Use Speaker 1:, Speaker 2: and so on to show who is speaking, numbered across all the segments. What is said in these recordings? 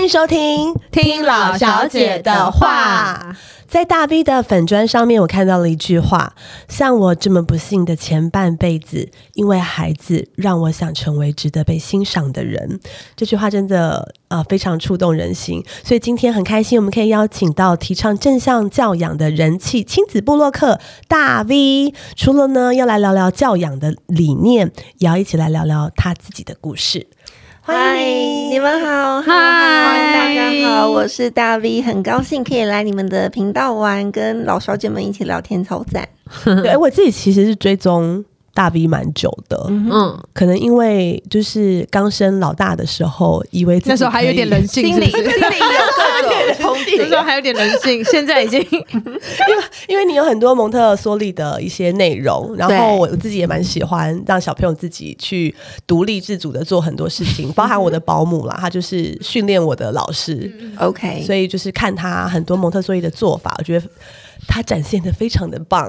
Speaker 1: 迎收听《
Speaker 2: 听老小姐的话》。
Speaker 1: 在大 V 的粉砖上面，我看到了一句话：“像我这么不幸的前半辈子，因为孩子，让我想成为值得被欣赏的人。”这句话真的啊、呃、非常触动人心，所以今天很开心，我们可以邀请到提倡正向教养的人气亲子部落客大 V。除了呢要来聊聊教养的理念，也要一起来聊聊他自己的故事。
Speaker 3: 嗨，你们好，
Speaker 2: 嗨
Speaker 3: 大家好，我是大 V，很高兴可以来你们的频道玩，跟老小姐们一起聊天超赞。
Speaker 1: 对，哎我自己其实是追踪大 V 蛮久的，
Speaker 2: 嗯，
Speaker 1: 可能因为就是刚生老大的时候，以为自己
Speaker 2: 那时候还有点
Speaker 1: 可以
Speaker 2: 人，性，是不是？
Speaker 3: 里有各种 憧
Speaker 2: 那时候还有点人性，现在已经
Speaker 1: 因为你有很多蒙特梭利的一些内容，然后我自己也蛮喜欢让小朋友自己去独立自主的做很多事 情，包含我的保姆啦，她就是训练我的老师，
Speaker 2: 嗯
Speaker 3: OK，
Speaker 1: 所以就是看他很多蒙特梭利的做法，我觉得他展现的非常的 棒。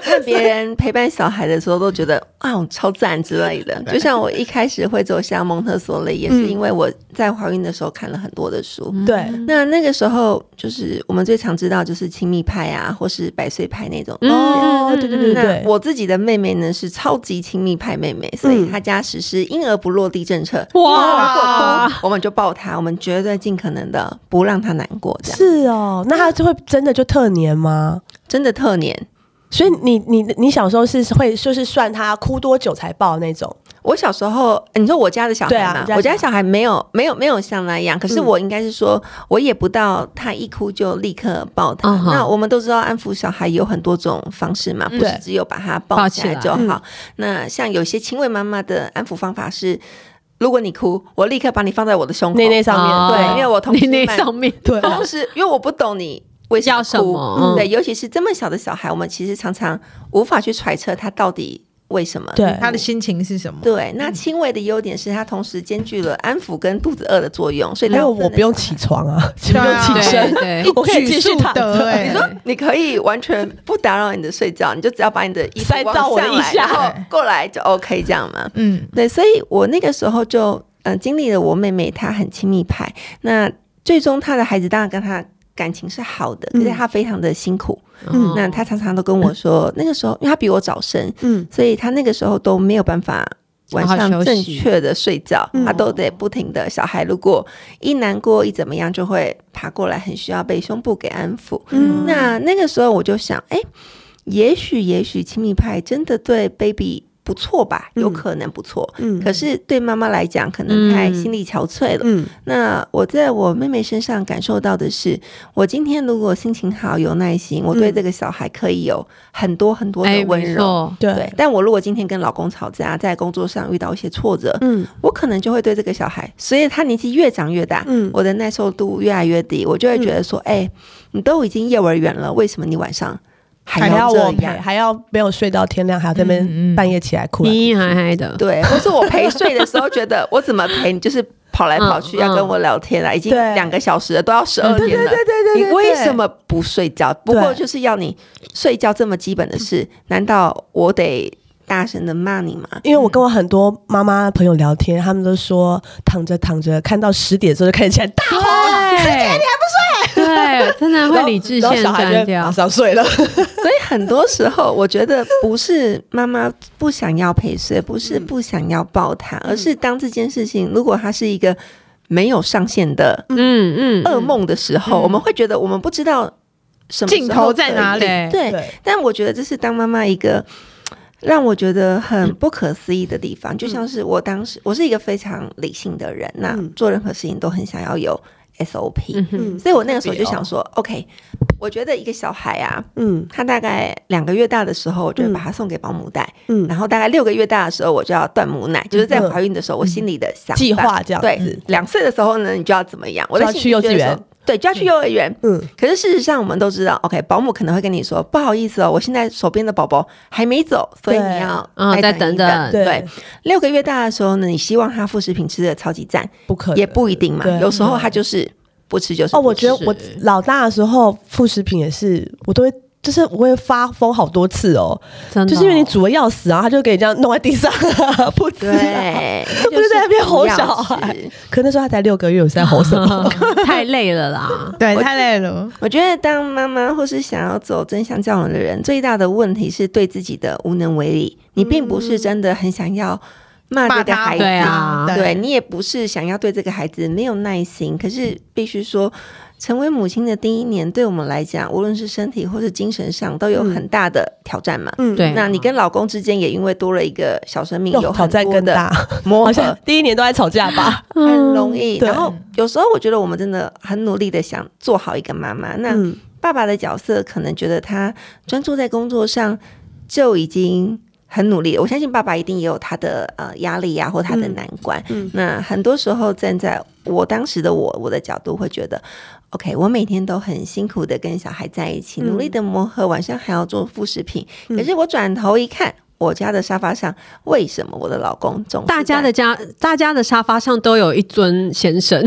Speaker 3: 看别人陪伴小孩的时候都觉得啊，我超赞之类的。就像我一开始会走向蒙特梭利，也是因为我在怀孕的时候看了很多的书。
Speaker 1: 对，
Speaker 3: 那那个时候，就是我们最常知道就是亲密派啊，或是百岁派那
Speaker 2: 嗯
Speaker 3: 种。
Speaker 1: 哦，对对对
Speaker 3: 那
Speaker 1: 对，
Speaker 3: 我自己的妹妹呢是超级亲密派妹妹，所
Speaker 1: 嗯
Speaker 3: 以她家实施婴儿不落地政策。
Speaker 2: 哇
Speaker 3: 如果哭，我们就抱她，我们绝对尽可能的不让她难过，这样
Speaker 1: 是哦，那他就会真的就特年吗？
Speaker 3: 真的特黏。
Speaker 1: 所以你你你小时候是会就是算他哭多久才抱那种？
Speaker 3: 我小时候，呃你说我家的小孩
Speaker 1: 对啊
Speaker 3: 嘛，
Speaker 1: 你家的
Speaker 3: 我家小孩没有没有没有像那样，可是我应该是说，我也不到他一哭就立刻抱他。
Speaker 2: 嗯哼
Speaker 3: 那我们都知道安抚小孩有很多种方式嘛，不
Speaker 1: 对
Speaker 3: 是只有把他
Speaker 2: 抱
Speaker 3: 抱
Speaker 2: 起
Speaker 3: 起来
Speaker 2: 来
Speaker 3: 就好。那像有些亲喂妈妈的安抚方法是，如果你哭，我立刻把你放在我的胸口
Speaker 1: 内内上面、
Speaker 2: 哦
Speaker 3: 对因为我同时
Speaker 2: 你那
Speaker 3: 蛮
Speaker 2: 上面
Speaker 1: 对
Speaker 4: 啊
Speaker 3: 同时，因为我不懂你为什么
Speaker 2: 要什
Speaker 3: 哭
Speaker 2: 么嗯
Speaker 3: 对，尤其是这么小的小孩，我们其实常常无法去揣测他到底为什么。
Speaker 1: 对
Speaker 4: 他的心情是什么？
Speaker 3: 对，
Speaker 1: 嗯
Speaker 3: 那轻微的优点是它同时兼具了安抚跟肚子饿的作用，所以
Speaker 1: 没有
Speaker 3: 当
Speaker 1: 我不用起床啊，不
Speaker 4: 对
Speaker 1: 用
Speaker 4: 啊
Speaker 1: 起身，
Speaker 2: 对
Speaker 1: 我可以继续躺
Speaker 4: 举速
Speaker 1: 着
Speaker 4: 得。欸
Speaker 3: 你说你可以完全不打扰你的睡觉，你就只要把你的衣服
Speaker 1: 塞
Speaker 3: 往
Speaker 1: 到我的
Speaker 3: 上
Speaker 1: 腋
Speaker 3: 来
Speaker 1: 下
Speaker 3: 然后过来就 OK 这样嘛。
Speaker 4: 嗯，
Speaker 3: 对，所以我那个时候就嗯、呃经历了我妹妹她很亲密派，那最终她的孩子当然跟她感情是好的，可是她非常的辛苦。
Speaker 2: 哦
Speaker 1: 嗯
Speaker 3: 那她常常都跟我说，那个时候因为她比我早生，
Speaker 1: 嗯，
Speaker 3: 所以她那个时候都没有办法晚
Speaker 2: 好好休
Speaker 3: 上
Speaker 2: 息
Speaker 3: 正确的睡觉，
Speaker 1: 嗯
Speaker 3: 她都得不停的。小孩如果一难过一怎么样，就会爬过来，很需要被胸部给安抚。
Speaker 1: 嗯
Speaker 3: 那那个时候我就想，哎、也许也许亲密派真的对 baby 不错吧，有可能不错。
Speaker 1: 嗯
Speaker 3: 可是对妈妈来讲，可能太心力憔悴了。
Speaker 1: 嗯
Speaker 3: 那我在我妹妹身上感受到的是，我今天如果心情好、有耐心，我
Speaker 1: 嗯
Speaker 3: 对这个小孩可以有很多很多
Speaker 2: 哎
Speaker 3: 的，温
Speaker 2: 没
Speaker 3: 柔。
Speaker 2: 错，
Speaker 1: 对
Speaker 3: 对，但我如果今天跟老公吵架，在工作上遇到一些挫折，
Speaker 1: 嗯
Speaker 3: 我可能就会对这个小孩，随着他年纪越长越大，
Speaker 1: 嗯
Speaker 3: 我的耐受度越来越低，我就会觉得说，哎、你都已经幼儿园了，为什么你晚上还
Speaker 1: 还要
Speaker 3: 要这
Speaker 1: 我陪，
Speaker 3: 样？
Speaker 1: 还要没有睡到天亮，还要在那
Speaker 4: 嗯
Speaker 1: 边半夜起来哭来哭
Speaker 2: 迷
Speaker 1: 去。
Speaker 2: 迷嗨嗨 的，
Speaker 3: 对，或是我陪睡的时候，觉得我怎么陪你，就是跑来跑去
Speaker 2: 嗯
Speaker 3: 要跟我聊天了，啊已经
Speaker 1: 对
Speaker 3: 两个小时了，都要十二
Speaker 1: 对
Speaker 3: 点
Speaker 1: 对
Speaker 3: 了。
Speaker 1: 对对对，
Speaker 3: 你
Speaker 1: 对
Speaker 3: 为
Speaker 1: 对
Speaker 3: 什么不睡觉？不过就是要你睡觉这么基本的事，难道我得大声的骂你吗？
Speaker 1: 因为
Speaker 4: 嗯
Speaker 1: 我跟我很多妈妈朋友聊天，他们都说躺着躺着，看到十点之后就开始起来大吼，
Speaker 2: 对，对， 真的
Speaker 1: 然
Speaker 2: 啊会
Speaker 1: 后
Speaker 2: 理智
Speaker 1: 然后
Speaker 2: 线
Speaker 1: 小孩
Speaker 2: 断
Speaker 1: 就马
Speaker 2: 掉，
Speaker 1: 上睡了。
Speaker 3: 所以很多时候，我觉得不是妈妈不想要陪睡，不是不想要抱他，而是当这件事情如果它是一个没有上限的
Speaker 2: 嗯嗯，
Speaker 3: 噩梦的时候，我们会觉得我们不知道什么时候
Speaker 4: 尽头在哪里
Speaker 3: 可以
Speaker 2: 对，
Speaker 3: 对，但我觉得这是当妈妈一个让我觉得很不可思议的地方，就像是我当时我是一个非常理性的人，那
Speaker 1: 嗯嗯
Speaker 3: 做任何事情都很想要有 SOP，、
Speaker 2: 嗯哼，
Speaker 1: 嗯
Speaker 3: 所以我那个时候就想说，OK，我觉得一个小孩啊，
Speaker 1: 嗯
Speaker 3: 他大概两个月大的时候，我就会把他送给保姆带，
Speaker 1: 嗯，
Speaker 3: 然后大概六个月大的时候，我就要断母奶，就是在怀孕的时候，我心里的想法
Speaker 1: 计划这样
Speaker 3: 对
Speaker 1: 子，，
Speaker 3: 两岁的时候呢，你就要怎么样？我
Speaker 1: 就
Speaker 3: 在
Speaker 1: 要
Speaker 3: 心里
Speaker 1: 去幼
Speaker 3: 就
Speaker 1: 稚
Speaker 3: 觉得
Speaker 1: 园
Speaker 3: 说，对，就要去幼儿园。
Speaker 1: 嗯
Speaker 3: 可是事实上，我们都知道，OK，保姆可能会跟你说，不好意思哦，我现在手边的宝宝还没走，所以
Speaker 1: 对
Speaker 3: 你要
Speaker 2: 嗯
Speaker 3: 再
Speaker 2: 再
Speaker 3: 等一
Speaker 2: 等等
Speaker 3: 对，六个月大的时候呢，你希望他副食品吃的超级赞，
Speaker 1: 不可能
Speaker 3: 也不一定嘛
Speaker 1: 对，
Speaker 3: 有时候他就是不吃就是
Speaker 1: 哦，
Speaker 3: 不
Speaker 1: 我觉得
Speaker 2: 是
Speaker 1: 我老大的时候副食品也是，我都会就是我也发疯好多次哦，
Speaker 2: 真的
Speaker 1: 就是因为你
Speaker 2: 哦
Speaker 1: 煮的要死，然后他就给你这样弄在地上 不吃、啊。
Speaker 3: 对，
Speaker 1: 不是在那边吼小
Speaker 3: 不要
Speaker 1: 孩
Speaker 3: 吃，
Speaker 1: 可那时候他才六个月，我是在吼 什么？
Speaker 2: 太累了啦。
Speaker 4: 对，太累了。
Speaker 3: 我觉得当妈妈或是想要走真相教养的人，最大的问题是对自己的无能为力。你并不
Speaker 1: 嗯
Speaker 3: 是真的很想要骂这
Speaker 4: 骂
Speaker 3: 个
Speaker 4: 他
Speaker 3: 孩子，
Speaker 2: 对啊
Speaker 3: 对你也不是想要对这个孩子没有耐心。可是必须
Speaker 1: 嗯
Speaker 3: 说，成为母亲的第一年，对我们来讲，无论是身体或是精神上，都有很大的挑战嘛。
Speaker 1: 嗯，
Speaker 2: 对啊，
Speaker 3: 那你跟老公之间也因为多了一个小生命，
Speaker 1: 哟
Speaker 3: 有
Speaker 1: 挑
Speaker 3: 很
Speaker 1: 战
Speaker 3: 多
Speaker 1: 更
Speaker 3: 的
Speaker 1: 大，
Speaker 3: 磨
Speaker 1: 好
Speaker 3: 合
Speaker 1: 像，第一年都在吵架吧？
Speaker 3: 很容易。
Speaker 1: 对
Speaker 3: 然后有时候我觉得我们真的很努力的想做好一个妈妈，那
Speaker 1: 嗯，
Speaker 3: 爸爸的角色可能觉得他专注在工作上就已经很努力了。我相信爸爸一定也有他的呃压力呀、或他的难关。
Speaker 1: 嗯嗯
Speaker 3: 那很多时候站在我当时的我我的角度会觉得。OK，我每天都很辛苦的跟小孩在一起，
Speaker 1: 嗯
Speaker 3: 努力的磨合，晚上还要做副食品。
Speaker 2: 嗯
Speaker 3: 可是我转头一看，我家的沙发上为什么我的老公总是
Speaker 2: 大家
Speaker 3: 在
Speaker 2: 的家，大家的沙发上都有一尊先生。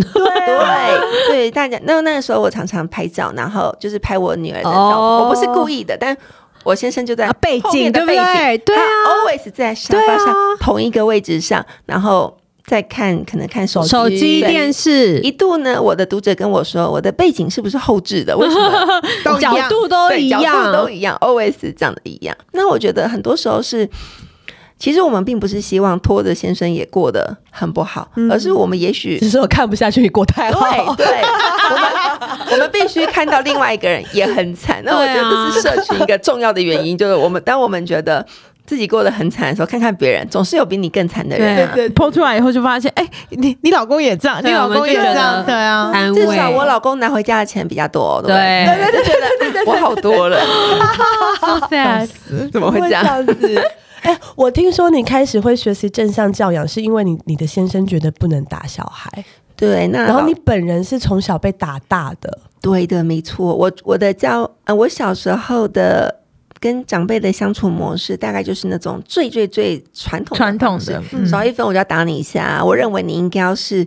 Speaker 3: 对对，大家那那个时候我常常拍照，然后就是拍我女儿的照片，
Speaker 2: 哦
Speaker 3: 我不是故意的，但我先生就 在
Speaker 2: 啊背景
Speaker 3: 后面的
Speaker 2: 对不
Speaker 3: 背景，
Speaker 2: 对对啊
Speaker 3: 他，always 在沙发上、
Speaker 2: 对啊
Speaker 3: 同一个位置上，然后再看可能看手机。
Speaker 2: 手机、
Speaker 3: 对
Speaker 2: 电视
Speaker 3: 一度呢，我的读者跟我说，我的背景是不是后置的？为什么
Speaker 4: 都一
Speaker 2: 角
Speaker 4: 样
Speaker 2: 度都
Speaker 3: 对
Speaker 2: 一
Speaker 3: 角度
Speaker 2: 样，
Speaker 3: 都一样，always 长得一样。那我觉得很多时候是，其实我们并不是希望拖着先生也过得很不好，
Speaker 2: 嗯
Speaker 3: 而是我们也许
Speaker 1: 只是我看不下去，你过太好
Speaker 3: 对。对，我们我们必须看到另外一个人也很惨。那我觉得这是社群一个重要的原因， 就是我们当我们觉得自己过得很惨的时候，看看别人，总是有比你更惨的人、啊。
Speaker 4: 对抛出来以后就发现，哎、你你老公也这样，你
Speaker 2: 对
Speaker 4: 老
Speaker 2: 我
Speaker 4: 公
Speaker 2: 们
Speaker 4: 也
Speaker 2: 就
Speaker 4: 这
Speaker 2: 觉得
Speaker 4: 样，对啊，
Speaker 2: 安慰。
Speaker 3: 至少我老公拿回家的钱比较多、哦，对不
Speaker 2: 对
Speaker 3: 对？对对对，觉得我好多了，
Speaker 2: so sad，
Speaker 3: 怎 么会这样？
Speaker 1: 子？哎、我听说你开始会学习正向教养，是因为你你的先生觉得不能打小孩，
Speaker 3: 对，那
Speaker 1: 然后你
Speaker 3: 老
Speaker 1: 本人是从小被打大的，
Speaker 3: 对的，没错。我我的教呃，我小时候的跟长辈的相处模式，大概就是那种最最最传统的
Speaker 4: 传统
Speaker 3: 方式
Speaker 4: 的，嗯
Speaker 3: 少一分我就要打你一下。啊我认为你应该要是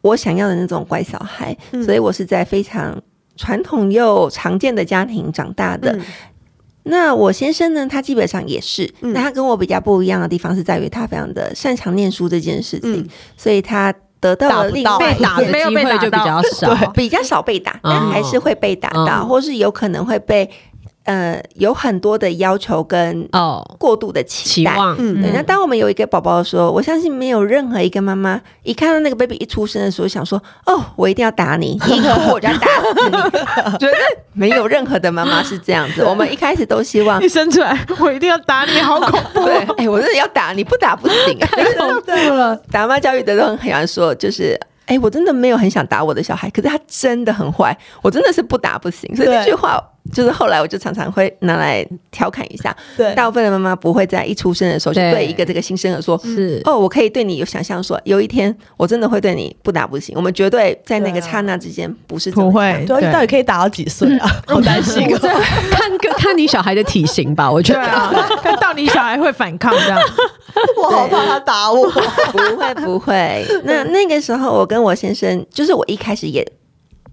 Speaker 3: 我想要的那种乖小孩，
Speaker 1: 嗯
Speaker 3: 所以我是在非常传统又常见的家庭长大的。那我先生呢，他基本上也是。
Speaker 1: 嗯
Speaker 3: 那他跟我比较不一样的地方是在于，他非常的擅长念书这件事情，
Speaker 1: 嗯
Speaker 3: 所以他得到
Speaker 1: 打
Speaker 3: 了
Speaker 1: 不
Speaker 3: 另
Speaker 1: 到
Speaker 3: 外
Speaker 2: 被
Speaker 3: 一
Speaker 2: 打
Speaker 3: 件
Speaker 2: 的
Speaker 4: 没有
Speaker 2: 机
Speaker 4: 被
Speaker 2: 会
Speaker 4: 打
Speaker 2: 就比较
Speaker 4: 到
Speaker 2: 少。
Speaker 3: 比较少被打，但还
Speaker 1: 嗯
Speaker 3: 是会被打到，
Speaker 2: 哦
Speaker 3: 或是有可能会被呃有很多的要求跟
Speaker 2: 哦，
Speaker 3: 过度的期
Speaker 2: 期
Speaker 3: 待。
Speaker 2: 望，
Speaker 1: 嗯
Speaker 3: 对，
Speaker 4: 嗯
Speaker 3: 那当我们有一个宝宝的时候，我相信没有任何一个妈妈一看到那个 baby 一出生的时候，想说：“哦，我一定要打你，你一哭我就要打 死你。”觉得没有任何的妈妈是这样子。我们一开始都希望
Speaker 4: 一，生出来我一定要打你，好恐怖。
Speaker 3: 对，哎、我真的要打你，不打不行、 啊。
Speaker 1: 对了，
Speaker 3: 打骂教育的都很喜欢说，就是。哎、我真的没有很想打我的小孩，可是他真的很坏，我真的是不打不行。所以
Speaker 1: 对
Speaker 3: 这句话就是后来我就常常会拿来调侃一下。
Speaker 1: 对
Speaker 3: 大部分的妈妈不会在一出生的时候就
Speaker 2: 对
Speaker 3: 对一个这个新生儿说：“
Speaker 2: 是
Speaker 3: 哦，我可以对你有想象说，有一天我真的会对你不打不行。”我们绝对在那
Speaker 1: 对
Speaker 3: 个
Speaker 1: 啊
Speaker 3: 刹那之间不是这么
Speaker 4: 不会
Speaker 3: 想，
Speaker 1: 主要是
Speaker 4: 对
Speaker 1: 哎到底可以打到几岁啊？好担心哦、
Speaker 2: 看个看你小孩的体型吧，我觉
Speaker 4: 对
Speaker 2: 得。
Speaker 4: 啊，看到你小孩会反抗这样，
Speaker 1: 我好怕他打我。
Speaker 3: 不会不会。那那个时候，我跟我先生，就是我一开始也，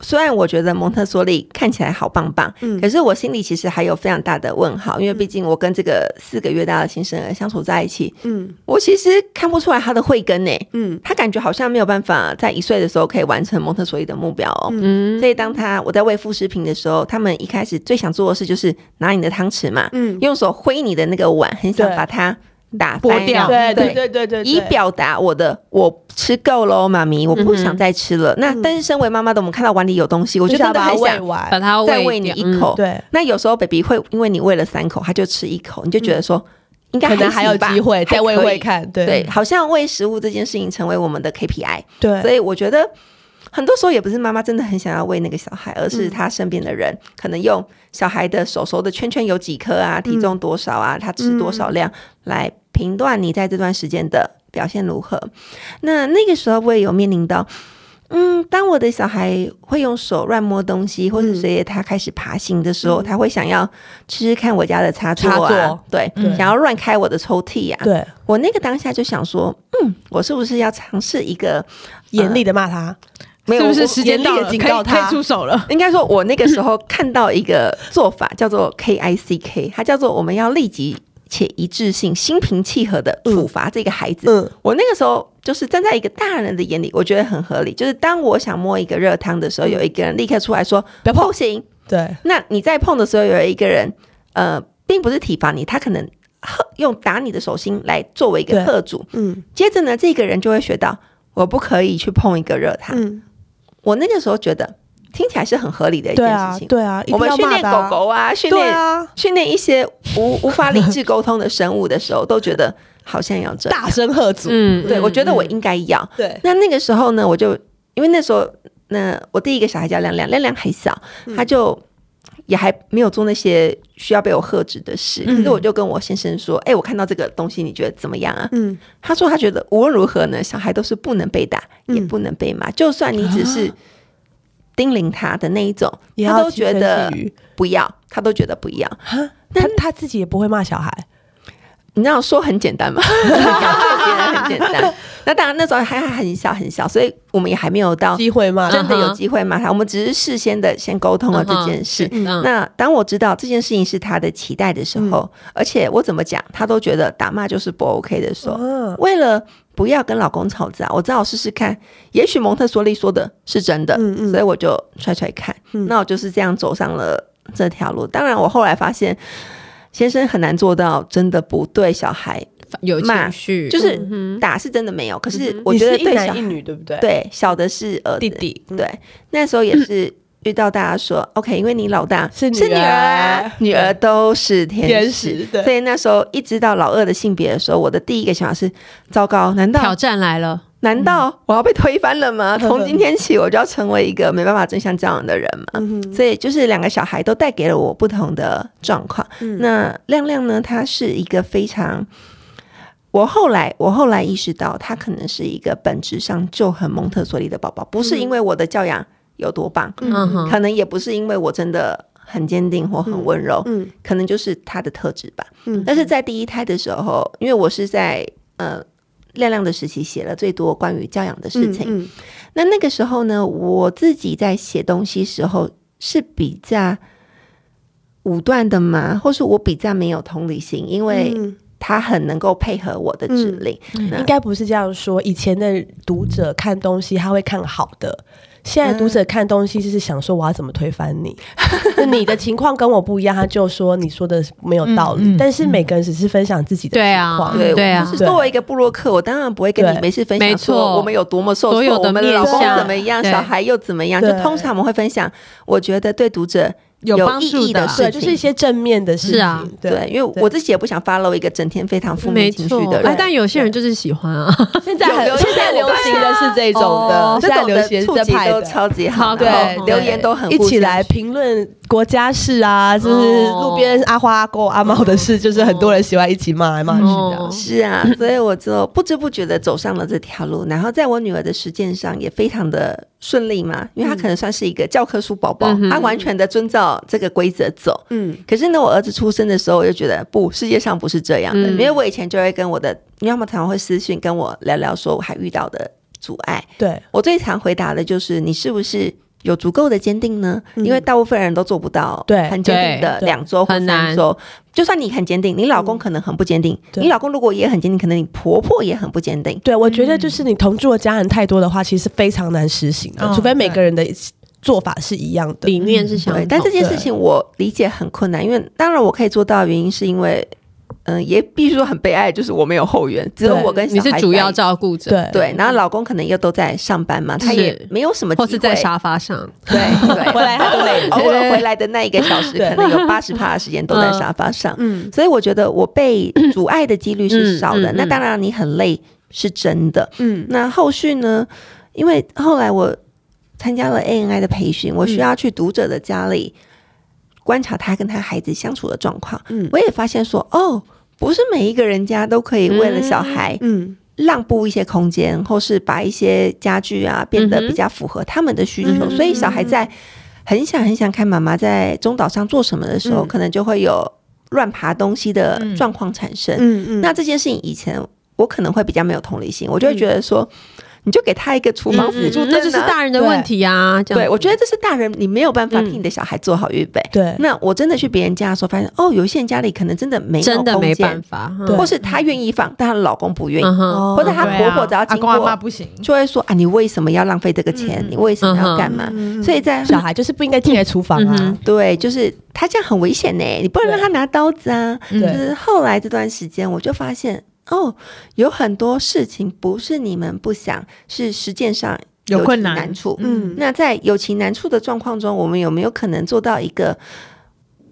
Speaker 3: 虽然我觉得蒙特梭利看起来好棒棒，
Speaker 1: 嗯
Speaker 3: 可是我心里其实还有非常大的问号，因为毕竟我跟这个四个月大的新生儿相处在一起，
Speaker 1: 嗯
Speaker 3: 我其实看不出来他的慧根呢、
Speaker 1: 嗯
Speaker 3: 他感觉好像没有办法在一岁的时候可以完成蒙特梭利的目标哦。
Speaker 2: 嗯，
Speaker 3: 所以当他我在喂副食品的时候，他们一开始最想做的事就是拿你的汤匙嘛，
Speaker 1: 嗯，
Speaker 3: 用手挥你的那个碗，很想
Speaker 1: 对
Speaker 3: 把它打
Speaker 4: 剥
Speaker 3: 翻
Speaker 4: 掉
Speaker 1: 对
Speaker 3: 对
Speaker 1: 对对对对，
Speaker 3: 以表达我的我吃够喽，妈咪，我不想再吃了。那但是身为妈妈的，我们看到碗里有东西，我
Speaker 1: 我
Speaker 3: 就
Speaker 1: 嗯就
Speaker 3: 真
Speaker 1: 想
Speaker 3: 的
Speaker 1: 把他
Speaker 3: 很
Speaker 1: 喂
Speaker 3: 想
Speaker 2: 把
Speaker 1: 完。
Speaker 2: 他
Speaker 3: 再
Speaker 2: 喂嗯
Speaker 3: 喂你一，口。
Speaker 1: 嗯对，
Speaker 3: 那有时候 baby 会因为你喂了三口，他就吃一口，你就觉得说应该
Speaker 1: 嗯可能还有
Speaker 3: 行吧
Speaker 1: 机会再喂喂。
Speaker 3: 还可
Speaker 1: 看。
Speaker 3: 以
Speaker 1: 对
Speaker 3: 对，好像喂食物这件事情成为我们的 KPI，
Speaker 1: 对
Speaker 3: 所以我觉得很多时候也不是妈妈真的很想要喂那个小孩，而
Speaker 1: 嗯
Speaker 3: 是他身边的人、可能用小孩的手手的圈圈有几颗啊，体重多少
Speaker 1: 嗯
Speaker 3: 啊，他吃多少量、来评断你在这段时间的表现如何。那那个时候我也有面临到。嗯，当我的小孩会用手乱摸东西，或者随着他开始爬行的时候，他会想要吃吃看我家的插座
Speaker 1: 嗯
Speaker 3: 啊，
Speaker 1: 插座
Speaker 3: 对，
Speaker 4: 嗯
Speaker 3: 想要乱开我的抽屉啊。
Speaker 1: 对，
Speaker 3: 我那个当下就想说，嗯，我是不是要尝试一个
Speaker 1: 严厉的骂他，
Speaker 3: 没有
Speaker 4: 是不
Speaker 3: 我
Speaker 4: 是
Speaker 3: 我
Speaker 4: 时间
Speaker 3: 严厉
Speaker 4: 到
Speaker 3: 地
Speaker 4: 了，
Speaker 3: 警
Speaker 4: 可以
Speaker 3: 告
Speaker 4: 可以
Speaker 3: 他
Speaker 4: 出手了？
Speaker 3: 应该说，我那个时候看到一个做法叫做 KICK，它叫做我们要立即且一致性、心平气和的处罚这个孩子。
Speaker 1: 嗯，
Speaker 3: 我那个时候就是站在一个大人的眼里，我觉得很合理。就是当我想摸一个热汤的时候，有一个人立刻出来说
Speaker 1: 不要碰
Speaker 3: 不行。
Speaker 1: 对，
Speaker 3: 那你在碰的时候，有一个人呃，并不是体罚你，他可能喝用打你的手心来作为一
Speaker 1: 对
Speaker 3: 个喝阻。
Speaker 1: 嗯
Speaker 3: 接着呢，这个人就会学到我不可以去碰一个热汤。
Speaker 1: 嗯，
Speaker 3: 我那个时候觉得听起来是很合理的一
Speaker 1: 对
Speaker 3: 件
Speaker 1: 啊
Speaker 3: 事情。
Speaker 1: 对啊，一定
Speaker 3: 我们
Speaker 1: 要
Speaker 3: 训
Speaker 1: 骂
Speaker 3: 练
Speaker 1: 的啊
Speaker 3: 狗，狗啊，训
Speaker 1: 对
Speaker 3: 练、
Speaker 1: 啊，
Speaker 3: 训练一些 无无法理智沟通的生物的时候，都觉得好像要这样。
Speaker 1: 大声喝阻，
Speaker 2: 嗯
Speaker 3: 对，我觉得我
Speaker 2: 嗯
Speaker 3: 应该要。
Speaker 1: 对，
Speaker 3: 那那个时候呢，我就因为那时候，那我第一个小孩叫亮亮，亮亮还小，
Speaker 1: 嗯
Speaker 3: 他就也还没有做那些需要被我呵斥的事。
Speaker 1: 嗯
Speaker 3: 可是我就跟我先生说：“哎、我看到这个东西，你觉得怎么样啊？”
Speaker 1: 嗯，
Speaker 3: 他说他觉得无论如何呢，小孩都是不能被打，
Speaker 1: 嗯
Speaker 3: 也不能被骂，就算你只是叮咛他的那一种，
Speaker 1: 啊也
Speaker 3: 他
Speaker 1: 要
Speaker 3: 都
Speaker 1: 轻
Speaker 3: 觉
Speaker 1: 声
Speaker 3: 得
Speaker 1: 细语
Speaker 3: 不要，他都觉得不要。
Speaker 1: 哈他他自己也不会骂小孩，
Speaker 3: 你知道说很简单吗？ 要求别人很简单。那当然那时候还还很小很小，所以我们也还没有到
Speaker 1: 机会骂，
Speaker 2: 嗯
Speaker 3: 真的有机会骂他，我们只是事先的先沟通了这件事。
Speaker 2: 嗯哼
Speaker 3: 那当我知道这件事情是他的期待的时候，
Speaker 2: 嗯
Speaker 3: 而且我怎么讲，他都觉得打骂就是不 OK 的时候，
Speaker 1: 嗯
Speaker 3: 为了不要跟老公吵架，我只好试试看。也许蒙特梭利说的是真的，
Speaker 1: 嗯嗯
Speaker 3: 所以我就踹踹看。
Speaker 1: 嗯
Speaker 3: 那我就是这样走上了这条路。当然，我后来发现，先生很难做到真的不对小孩，
Speaker 2: 有
Speaker 3: 骂
Speaker 2: 情绪，
Speaker 3: 就是
Speaker 2: 嗯哼嗯
Speaker 3: 打是真的没有。可是我
Speaker 1: 你
Speaker 3: 觉
Speaker 1: 是
Speaker 3: 得
Speaker 1: 一
Speaker 3: 对小
Speaker 1: 男一
Speaker 3: 孩，
Speaker 1: 女对不对？，
Speaker 3: 对小的是儿子
Speaker 1: 弟，弟，嗯
Speaker 3: 对那时候也是。遇到大家说 OK，因为你老大
Speaker 1: 是女
Speaker 3: 女儿
Speaker 1: 儿，
Speaker 3: 女儿都是
Speaker 1: 天
Speaker 3: 天使，
Speaker 1: 使，对
Speaker 3: 所，以那时候一直到老二的性别的时候，我的第一个想法是：糟糕，难道
Speaker 2: 挑战来了，
Speaker 3: 难
Speaker 1: 嗯
Speaker 3: 道我要被推翻 了吗？从今天起，我就要成为一个没办法正向教养的人吗？
Speaker 1: 嗯哼
Speaker 3: 所以就是两个小孩都带给了我不同的状况。
Speaker 1: 嗯
Speaker 3: 那亮亮呢？他是一个非常，我后来我后来意识到，他可能是一个本质上就很蒙特梭利的宝宝，不
Speaker 1: 嗯
Speaker 3: 是因为我的教养有多棒，
Speaker 2: 嗯哼，
Speaker 3: 可能也不是因为我真的很坚定或很温柔，
Speaker 1: 嗯
Speaker 3: 可能就是他的特质吧。
Speaker 1: 嗯
Speaker 3: 但是在第一胎的时候，因为我是在呃亮亮的时期写了最多关于教养的事情，
Speaker 1: 嗯
Speaker 3: 那那个时候呢，我自己在写东西时候是比较武断的嘛，或是我比较没有同理心，因为
Speaker 1: 嗯
Speaker 3: 他很能够配合我的指令。那
Speaker 1: 应该不是这样说。以前的读者看东西，他会看好的。现在读者
Speaker 3: 嗯
Speaker 1: 看东西就是想说我要怎么推翻你，那你的情况跟我不一样，他就说你说的没有道理。
Speaker 4: 嗯嗯
Speaker 1: 但是每个人只是分享自己的
Speaker 2: 对
Speaker 1: 情
Speaker 2: 啊
Speaker 1: 况，
Speaker 3: 对，
Speaker 2: 对啊
Speaker 3: 就是作为一个部落客，我当然不会跟你没事分
Speaker 2: 没
Speaker 3: 享
Speaker 2: 错
Speaker 3: 说我们有多么受挫，
Speaker 2: 所有的
Speaker 3: 我们的老公
Speaker 2: 面向
Speaker 3: 怎么样，
Speaker 2: 对
Speaker 3: 小孩又怎么样。就
Speaker 1: 对
Speaker 3: 通常我们会分享，我觉得对读者
Speaker 4: 有帮
Speaker 3: 意
Speaker 4: 助
Speaker 3: 义的
Speaker 4: 的，
Speaker 3: 事
Speaker 1: 对，
Speaker 3: 情，
Speaker 1: 就是一些正面的事情。
Speaker 2: 是啊
Speaker 3: 对，因为我自己也不想 follow 一个整天非常负面
Speaker 2: 没
Speaker 3: 情绪
Speaker 2: 错
Speaker 3: 的，
Speaker 2: 哎，
Speaker 3: 人。
Speaker 2: 但有些人就是喜欢啊，
Speaker 1: 现在很
Speaker 3: 有有一些
Speaker 1: 现在流行的是这种的
Speaker 2: 哦，
Speaker 1: 现
Speaker 3: 这
Speaker 1: 在
Speaker 3: 种
Speaker 1: 流
Speaker 3: 的
Speaker 1: 行
Speaker 3: 触
Speaker 1: 这
Speaker 3: 及
Speaker 1: 派
Speaker 3: 都
Speaker 1: 的。
Speaker 3: 超级好，
Speaker 2: 好
Speaker 3: 然
Speaker 2: 对
Speaker 3: 后留言都很
Speaker 1: 一
Speaker 3: 互
Speaker 1: 起
Speaker 3: 相
Speaker 1: 来评论国家事啊，就是
Speaker 2: 哦
Speaker 1: 路边阿花阿狗阿猫的事，就是很多人喜欢一起骂来骂去的
Speaker 2: 哦。
Speaker 3: 是啊，所以我就不知不觉的走上了这条路，然后在我女儿的实践上也非常的顺利嘛，因为她可能算是一个教科书宝宝，
Speaker 2: 嗯哼
Speaker 3: 她完全的遵照这个规则走。
Speaker 1: 嗯，
Speaker 3: 可是呢，我儿子出生的时候，我就觉得不，世界上不是这样的，
Speaker 2: 嗯
Speaker 3: 因为我以前就会跟我的，因为他们常常会私讯跟我聊聊，说我还遇到的阻碍。
Speaker 1: 对，
Speaker 3: 我最常回答的就是你是不是有足够的坚定呢？
Speaker 2: 嗯
Speaker 3: 因为大部分人都做不到，
Speaker 1: 对
Speaker 3: 很坚定的
Speaker 1: 对
Speaker 3: 两周或
Speaker 2: 很
Speaker 3: 三
Speaker 2: 难
Speaker 3: 周。就算你很坚定，你老公可能很不坚定，
Speaker 1: 对
Speaker 3: 你老公如果也很坚定，可能你婆婆也很不坚定。
Speaker 1: 对，我觉得
Speaker 3: 嗯
Speaker 1: 就是你同住的家人太多的话，其实是非常难实行的，
Speaker 3: 哦
Speaker 4: 嗯
Speaker 1: 除非每个人的做法是一样的。
Speaker 2: 理念是相
Speaker 3: 对，
Speaker 2: 同，
Speaker 3: 但这件
Speaker 1: 对
Speaker 3: 事情我理解很困难，因为当然我可以做到，的原因是因为，嗯、也必须说很悲哀，就是我没有后援，只有
Speaker 1: 对
Speaker 3: 我跟小
Speaker 2: 你
Speaker 3: 孩
Speaker 2: 是主
Speaker 3: 在
Speaker 2: 要
Speaker 3: 一起
Speaker 2: 照顾者，
Speaker 1: 对
Speaker 3: 对，然后老公可能又都在上班嘛，他也
Speaker 2: 嗯是
Speaker 3: 没有什么机
Speaker 2: 或
Speaker 3: 会
Speaker 2: 是在沙发上，
Speaker 3: 对 对，
Speaker 1: 回来他都累
Speaker 3: 偶尔回来的那一个小时，
Speaker 1: 对
Speaker 3: 可能有八十趴的时间都在沙发上。
Speaker 1: 嗯，
Speaker 3: 所以我觉得我被阻碍的几率是少
Speaker 2: 嗯
Speaker 3: 的。
Speaker 2: 嗯嗯
Speaker 3: 那当然，你很累是真的。
Speaker 1: 嗯，
Speaker 3: 那后续呢？因为后来我参加了 ANI 的培
Speaker 2: 嗯
Speaker 3: 训，我需要去读者的家里观察他跟他孩子相处的状况。
Speaker 1: 嗯
Speaker 3: 我也发现说，哦，不是每一个人家都可以为了小孩
Speaker 1: 嗯
Speaker 3: 让步一些空间，或是把一些家具啊变
Speaker 2: 嗯
Speaker 3: 得比较符合他们的需求，
Speaker 1: 嗯哼
Speaker 3: 所以小孩在很想很想看妈妈在中岛上做什么的时候，
Speaker 1: 嗯
Speaker 3: 可能就会有乱爬东西的状况产生。
Speaker 1: 嗯嗯
Speaker 3: 那这件事情以前我可能会比较没有同理心，我就会觉得说。你就给他一个厨房辅助
Speaker 2: 嗯
Speaker 3: 灯、啊
Speaker 2: 那就是大人的问题啊。这样
Speaker 3: 对，我觉得这是大人，你没有办法替你的小孩做好预备。
Speaker 1: 对
Speaker 2: 嗯
Speaker 3: 那我真的去别人家的时候，发现哦，有一些人家里可能真的没有
Speaker 2: 真的
Speaker 3: 空
Speaker 2: 没
Speaker 3: 间
Speaker 2: 办法，嗯
Speaker 1: 对
Speaker 3: 或是她愿意放，但她老公不愿意，
Speaker 2: 嗯哼，
Speaker 1: 哦
Speaker 3: 或者她婆婆只要经
Speaker 4: 对啊阿公阿
Speaker 3: 过，
Speaker 4: 妈不行，
Speaker 3: 就会说啊，你为什么要浪费这个钱？
Speaker 4: 嗯
Speaker 3: 你为什么要干嘛？
Speaker 4: 嗯
Speaker 3: 所以在
Speaker 1: 小孩就是不应该进来厨房
Speaker 2: 嗯
Speaker 1: 啊
Speaker 2: 哼。
Speaker 3: 对，就是她这样很危险呢，你不能让她拿刀子啊。
Speaker 4: 嗯
Speaker 1: 对
Speaker 3: 就是后来这段时间，我就发现哦，有很多事情不是你们不想，是实践上
Speaker 4: 有困
Speaker 3: 其
Speaker 4: 难
Speaker 3: 难处。
Speaker 4: 嗯，
Speaker 3: 那在有其难处的状况中，我们有没有可能做到一个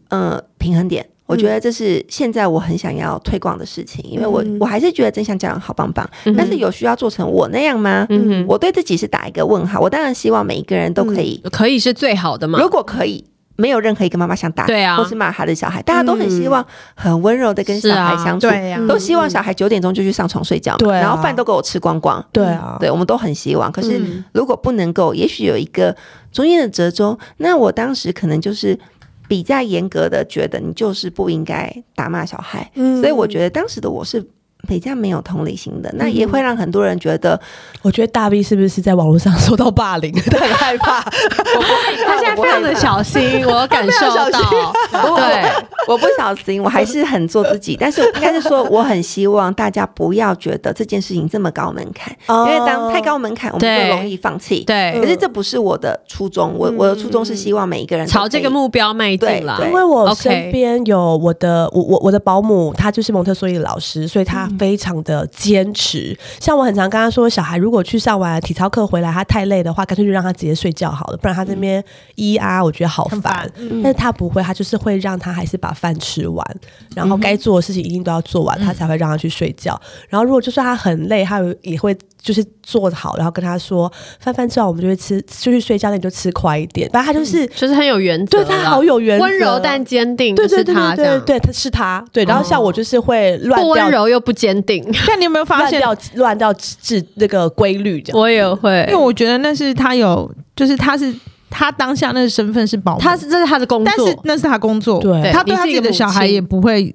Speaker 3: 呃平衡点？我觉得这是现在我很想要推广的事情，因为我
Speaker 4: 嗯
Speaker 3: 我还是觉得真相家长好棒棒，但是有需要做成我那样吗？
Speaker 2: 嗯
Speaker 3: 我对自己是打一个问号。我当然希望每一个人都可以，
Speaker 2: 哼，可以是最好的嘛。
Speaker 3: 如果可以。没有任何一个妈妈想打，
Speaker 2: 对啊
Speaker 3: 或是骂她的小孩，大家都很希望很温柔的跟小孩
Speaker 2: 是啊
Speaker 3: 相处，
Speaker 4: 对呀，
Speaker 3: 都希望小孩九点钟就去上床睡觉嘛，
Speaker 1: 对啊
Speaker 3: 然后饭都给我吃光光，嗯
Speaker 1: 对啊，
Speaker 3: 对，我们都很希望。可是
Speaker 2: 嗯
Speaker 3: 如果不能够，也许有一个中间的折中，那我当时可能就是比较严格的觉得你就是不应该打骂小孩，
Speaker 1: 嗯
Speaker 3: 所以我觉得当时的我是。比较没有同理心的，那
Speaker 2: 嗯
Speaker 3: 也会让很多人觉得，
Speaker 1: 我觉得大 B 是不是在网络上 受到霸 凌？他很害怕。
Speaker 2: 他现在非常的小心，我感受到。
Speaker 3: 哦
Speaker 1: 哦
Speaker 2: 对，
Speaker 3: 我不小心，我还是很做自己。但是应该是说，我很希望大家不要觉得这件事情这么高门槛，因为当太高门槛，我们
Speaker 2: 哦对
Speaker 3: 就容易放弃。
Speaker 2: 对
Speaker 3: 可是这不是我的初衷，我我的初衷是希望每一
Speaker 1: 嗯
Speaker 3: 个人
Speaker 2: 嗯
Speaker 3: 都
Speaker 2: 朝这
Speaker 3: 可以
Speaker 2: 个目标迈进啦。
Speaker 3: 对
Speaker 1: 因为我
Speaker 2: OK
Speaker 1: 身边有我的我我我的保姆，她就是蒙特梭利老师，所以她
Speaker 2: 嗯
Speaker 1: 非常的坚持。像我很常跟她说，小孩如果去上完体操课回来，他太累的话，干脆就让他直接睡觉好了，不然他这边咿啊，
Speaker 2: 嗯
Speaker 1: 我觉得好
Speaker 4: 很
Speaker 1: 烦
Speaker 4: 烦。
Speaker 1: 但是他不会，他就是会让他还是把饭吃完，然
Speaker 2: 嗯
Speaker 1: 后该做的事情一定都要做完，他才会让他去睡觉。然后如果就算他很累，他有也会就是做好，然后跟他说饭饭吃完我们就会吃，就去睡觉，那你就吃快一点。反正他就是。
Speaker 2: 就是很有原则
Speaker 1: 对
Speaker 2: 啦，
Speaker 1: 他好有原则，
Speaker 2: 嗯温柔但坚定，
Speaker 1: 对
Speaker 2: 就
Speaker 1: 对
Speaker 2: 是
Speaker 1: 对
Speaker 2: 他
Speaker 1: 对
Speaker 2: 这样
Speaker 1: 对，对，他哦是他对。然后像我就是会乱
Speaker 2: 不温
Speaker 1: 掉、
Speaker 2: 柔又不坚 定，
Speaker 4: 但你有没有发
Speaker 1: 乱
Speaker 4: 现？
Speaker 1: 掉、乱掉制那个规律这样。
Speaker 2: 我也
Speaker 4: 因
Speaker 2: 会
Speaker 4: 为。我觉得那是他有，就是他是他当下那个身份是保姆，
Speaker 2: 他是这是他的工
Speaker 4: 但
Speaker 2: 作
Speaker 4: 是，那是他工作，
Speaker 1: 对
Speaker 4: 他对
Speaker 2: 你
Speaker 4: 他自
Speaker 2: 是一
Speaker 4: 己
Speaker 2: 个
Speaker 4: 的小孩
Speaker 2: 母亲
Speaker 4: 也不会，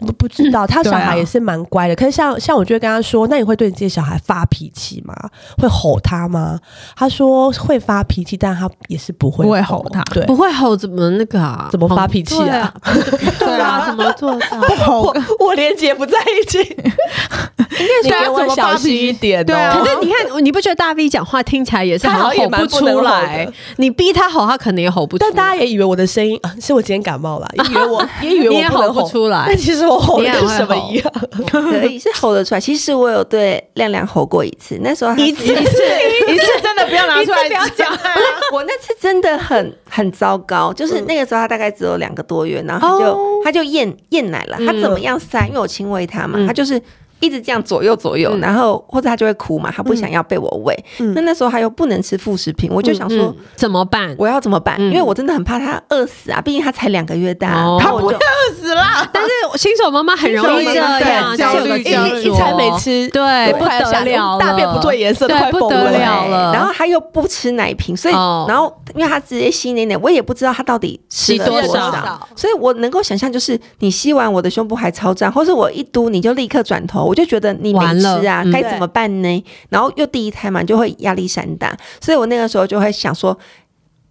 Speaker 1: 不不知道，他小
Speaker 4: 对啊
Speaker 1: 孩也是蛮乖的。可是像像我就会跟他说，那你会对你自己小孩发脾气吗？会吼他吗？他说会发脾气，但他也是不会
Speaker 4: 不会吼他
Speaker 1: 对，
Speaker 2: 不会吼怎么那个啊？
Speaker 1: 怎么发脾气啊？
Speaker 2: 对啊，怎么做到？
Speaker 4: 吼
Speaker 1: 我我连结不在一起， 应
Speaker 4: 对啊
Speaker 1: 该我
Speaker 4: 怎么
Speaker 1: 小
Speaker 4: 发脾
Speaker 1: 心
Speaker 4: 气
Speaker 1: 一点、哦。
Speaker 4: 对啊
Speaker 2: 可是你看，你不觉得大 V 讲话听起来也是
Speaker 1: 他
Speaker 2: 好
Speaker 1: 好像
Speaker 2: 像
Speaker 1: 也
Speaker 2: 吼
Speaker 1: 蛮不
Speaker 2: 出
Speaker 1: 能吼
Speaker 2: 来
Speaker 1: 的？
Speaker 2: 你逼他吼，他可能也吼不出来。
Speaker 1: 但大家也以为我的声音、啊、是我今天感冒了，也以为 我也以为
Speaker 2: 你也
Speaker 1: 我不能
Speaker 2: 吼不出来
Speaker 1: 但其实我吼
Speaker 2: 你
Speaker 1: 的
Speaker 2: 也
Speaker 1: 跟
Speaker 2: 会
Speaker 1: 什么
Speaker 2: 吼
Speaker 1: 一样。
Speaker 3: 可以是吼得出来。其实我有对亮亮吼过一次，那时候他
Speaker 2: 一
Speaker 3: 是
Speaker 2: 次一次，
Speaker 4: 一次真的不要拿出 来
Speaker 2: 一次不要讲
Speaker 4: 讲，
Speaker 3: 我那次真的很很糟糕，就是那个时候他大概只有两个多月，然后他就、
Speaker 2: 嗯哦嗯
Speaker 3: 他就厌厌奶了，他怎么样塞？因为我亲喂他嘛，他就是。一直这样左右左右，
Speaker 2: 嗯
Speaker 3: 然后或者他就会哭嘛，他不想要被我喂。那那时候他又不能吃副食品，我就想说
Speaker 2: 嗯怎么办？
Speaker 3: 我要怎么办？因为我真的很怕他饿死啊，毕竟他才两个月大，
Speaker 2: 哦
Speaker 3: 然后我就
Speaker 4: 饿死 啦！
Speaker 2: 但是新手妈妈很容易这样，
Speaker 4: 新手妈妈
Speaker 2: 就是有个
Speaker 4: 对焦虑
Speaker 2: 执着
Speaker 4: 一餐
Speaker 1: 没吃
Speaker 2: 对，
Speaker 1: 我
Speaker 2: 不
Speaker 1: 快要
Speaker 2: 得
Speaker 1: 吓
Speaker 2: 了了，啊
Speaker 1: 大便不对颜色都
Speaker 2: 对
Speaker 1: 快
Speaker 2: 不
Speaker 1: 疯了
Speaker 2: 得
Speaker 1: 对
Speaker 2: 了了。
Speaker 3: 然后他又不吃奶瓶，所以、
Speaker 2: 哦
Speaker 3: 然后因为他直接吸奶奶，我也不知道他到底吃
Speaker 1: 哎
Speaker 3: 了
Speaker 2: 吸多
Speaker 3: 多
Speaker 2: 少
Speaker 3: 所以我能够想象就是你吸完我的胸部还超胀，或是我一嘟你就立刻转头，我就觉得你没
Speaker 2: 完了
Speaker 3: 吃啊
Speaker 2: 嗯，
Speaker 3: 该怎么办呢？然后又第一胎嘛，就会压力山大，所以我那个时候就会想说。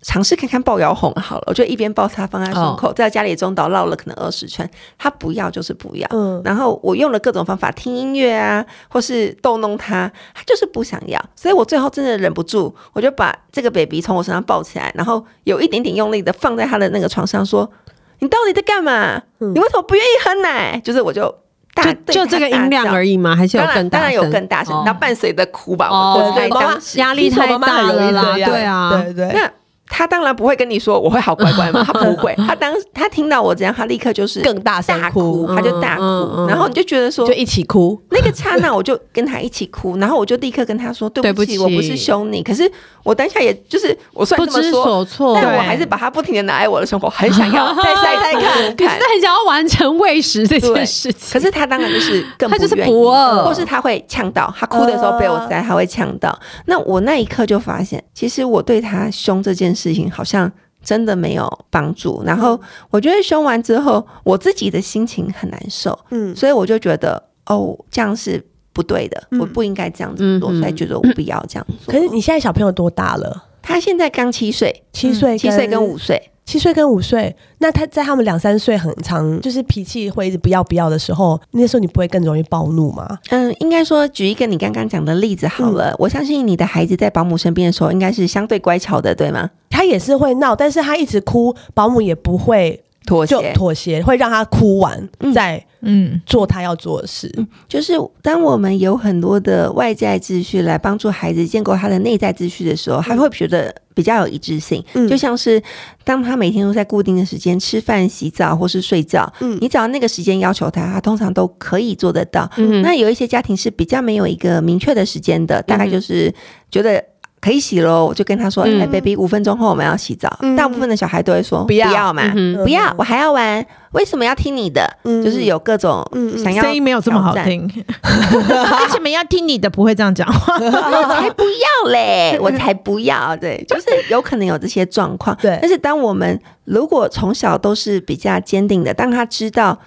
Speaker 3: 尝试看看抱摇哄好了，我就一边抱他放在胸
Speaker 2: 哦
Speaker 3: 口，在家里中岛绕了可能二十圈，他不要就是不要，
Speaker 1: 嗯
Speaker 3: 然后我用了各种方法，听音乐啊，或是逗弄他，他就是不想要。所以我最后真的忍不住，我就把这个 baby 从我身上抱起来，然后有一点点用力的放在他的那个床上，说：“你到底在干嘛？你为什么不愿意喝奶？”就是我就大
Speaker 2: 嗯就就这个音量而
Speaker 3: 已。
Speaker 2: 已吗？还是有
Speaker 3: 当然，
Speaker 2: 更
Speaker 3: 当
Speaker 2: 大
Speaker 3: 然
Speaker 2: 声？
Speaker 3: 有更大声，那、
Speaker 2: 哦
Speaker 3: 伴随着哭吧。我
Speaker 2: 哦
Speaker 3: 我猜
Speaker 1: 对妈
Speaker 3: 当
Speaker 1: 妈
Speaker 3: 时
Speaker 2: 压力太大了啦，
Speaker 1: 对
Speaker 2: 对啊，
Speaker 1: 对对，
Speaker 3: 那他当然不会跟你说我会好乖乖 嘛，他不会。他当他听到我这样，他立刻就是
Speaker 1: 更大声
Speaker 3: 大
Speaker 1: 哭
Speaker 3: 哭，他就大哭。
Speaker 2: 嗯嗯嗯
Speaker 3: 然后你就觉得说
Speaker 1: 就，一起哭。
Speaker 3: 那个刹那我就跟他一起哭，然后我就立刻跟他说：“对不起，
Speaker 2: 对不起
Speaker 3: 我不是凶你。”可是我当下也就是我虽然
Speaker 2: 不
Speaker 3: 这么
Speaker 2: 知
Speaker 3: 说，
Speaker 2: 所措。
Speaker 3: 但我
Speaker 4: 对
Speaker 3: 还是把他不停的拿在我的胸口，很想 要再塞开看
Speaker 2: 可是
Speaker 3: 看。
Speaker 2: 很想要完成喂食这件
Speaker 3: 对
Speaker 2: 事情，
Speaker 3: 可是他当然就是更
Speaker 2: 他就是
Speaker 3: 愿意
Speaker 2: 不饿呃
Speaker 3: 或是他会呛到，他哭的时候被我塞，他会呛到。那我那一刻就发现，其实我对他凶这件事情好像真的没有帮助。然后我觉得凶完之后，我自己的心情很难受，
Speaker 1: 嗯
Speaker 3: 所以我就觉得哦，这样是不对的，我不应该这样子做，
Speaker 2: 嗯嗯
Speaker 3: 所以觉得我不要这样做
Speaker 1: 可。是你现在小朋友多大了？
Speaker 3: 他现在刚七岁，
Speaker 2: 嗯
Speaker 1: 七岁、
Speaker 3: 七岁跟五，岁，
Speaker 1: 七岁跟五岁。那他在他们两三岁很长，就是脾气会一直不要不要的时候，那时候你不会更容易暴怒吗？
Speaker 3: 嗯，应该说举一个你刚刚讲的例子好了。我相信你的孩子在保姆身边的时候，应该是相对乖巧的，对吗？
Speaker 1: 他也是会闹，但是他一直哭，保姆也不会
Speaker 3: 妥
Speaker 1: 就
Speaker 3: 协，
Speaker 1: 妥协，会让他哭完、
Speaker 3: 嗯
Speaker 1: 再
Speaker 4: 嗯，
Speaker 1: 做他要做的事。
Speaker 2: 嗯
Speaker 3: 就是当我们有很多的外在秩序来帮助孩子建构他的内在秩序的时候，他会觉得比较有一致性。
Speaker 1: 嗯
Speaker 3: 就像是当他每天都在固定的时间吃饭、洗澡或是睡觉，
Speaker 1: 嗯
Speaker 3: 你只要那个时间要求他，他通常都可以做得到。
Speaker 2: 嗯
Speaker 3: 那有一些家庭是比较没有一个明确的时间的，大概
Speaker 2: 嗯
Speaker 3: 就是觉得。可以洗喽，我就跟他说：“哎、
Speaker 2: 嗯
Speaker 3: b a b y 五分钟后我们要洗澡。
Speaker 1: 嗯
Speaker 3: 大部分的小孩都会说：“
Speaker 1: 不要
Speaker 3: 嘛，
Speaker 2: 嗯
Speaker 1: 哼
Speaker 3: 不要，我还要玩，为什么要听你的？”
Speaker 1: 嗯
Speaker 3: 就是有各种
Speaker 1: 嗯嗯
Speaker 3: 想要
Speaker 4: 声音没有这么好
Speaker 3: 挑战
Speaker 4: 听，为什么要听你的？不会这样讲话，
Speaker 3: 哦我才不要 嘞，我才不要。对，就是有可能有这些状况。
Speaker 1: 对
Speaker 3: 但是当我们如果从小都是比较坚定的，当他知道。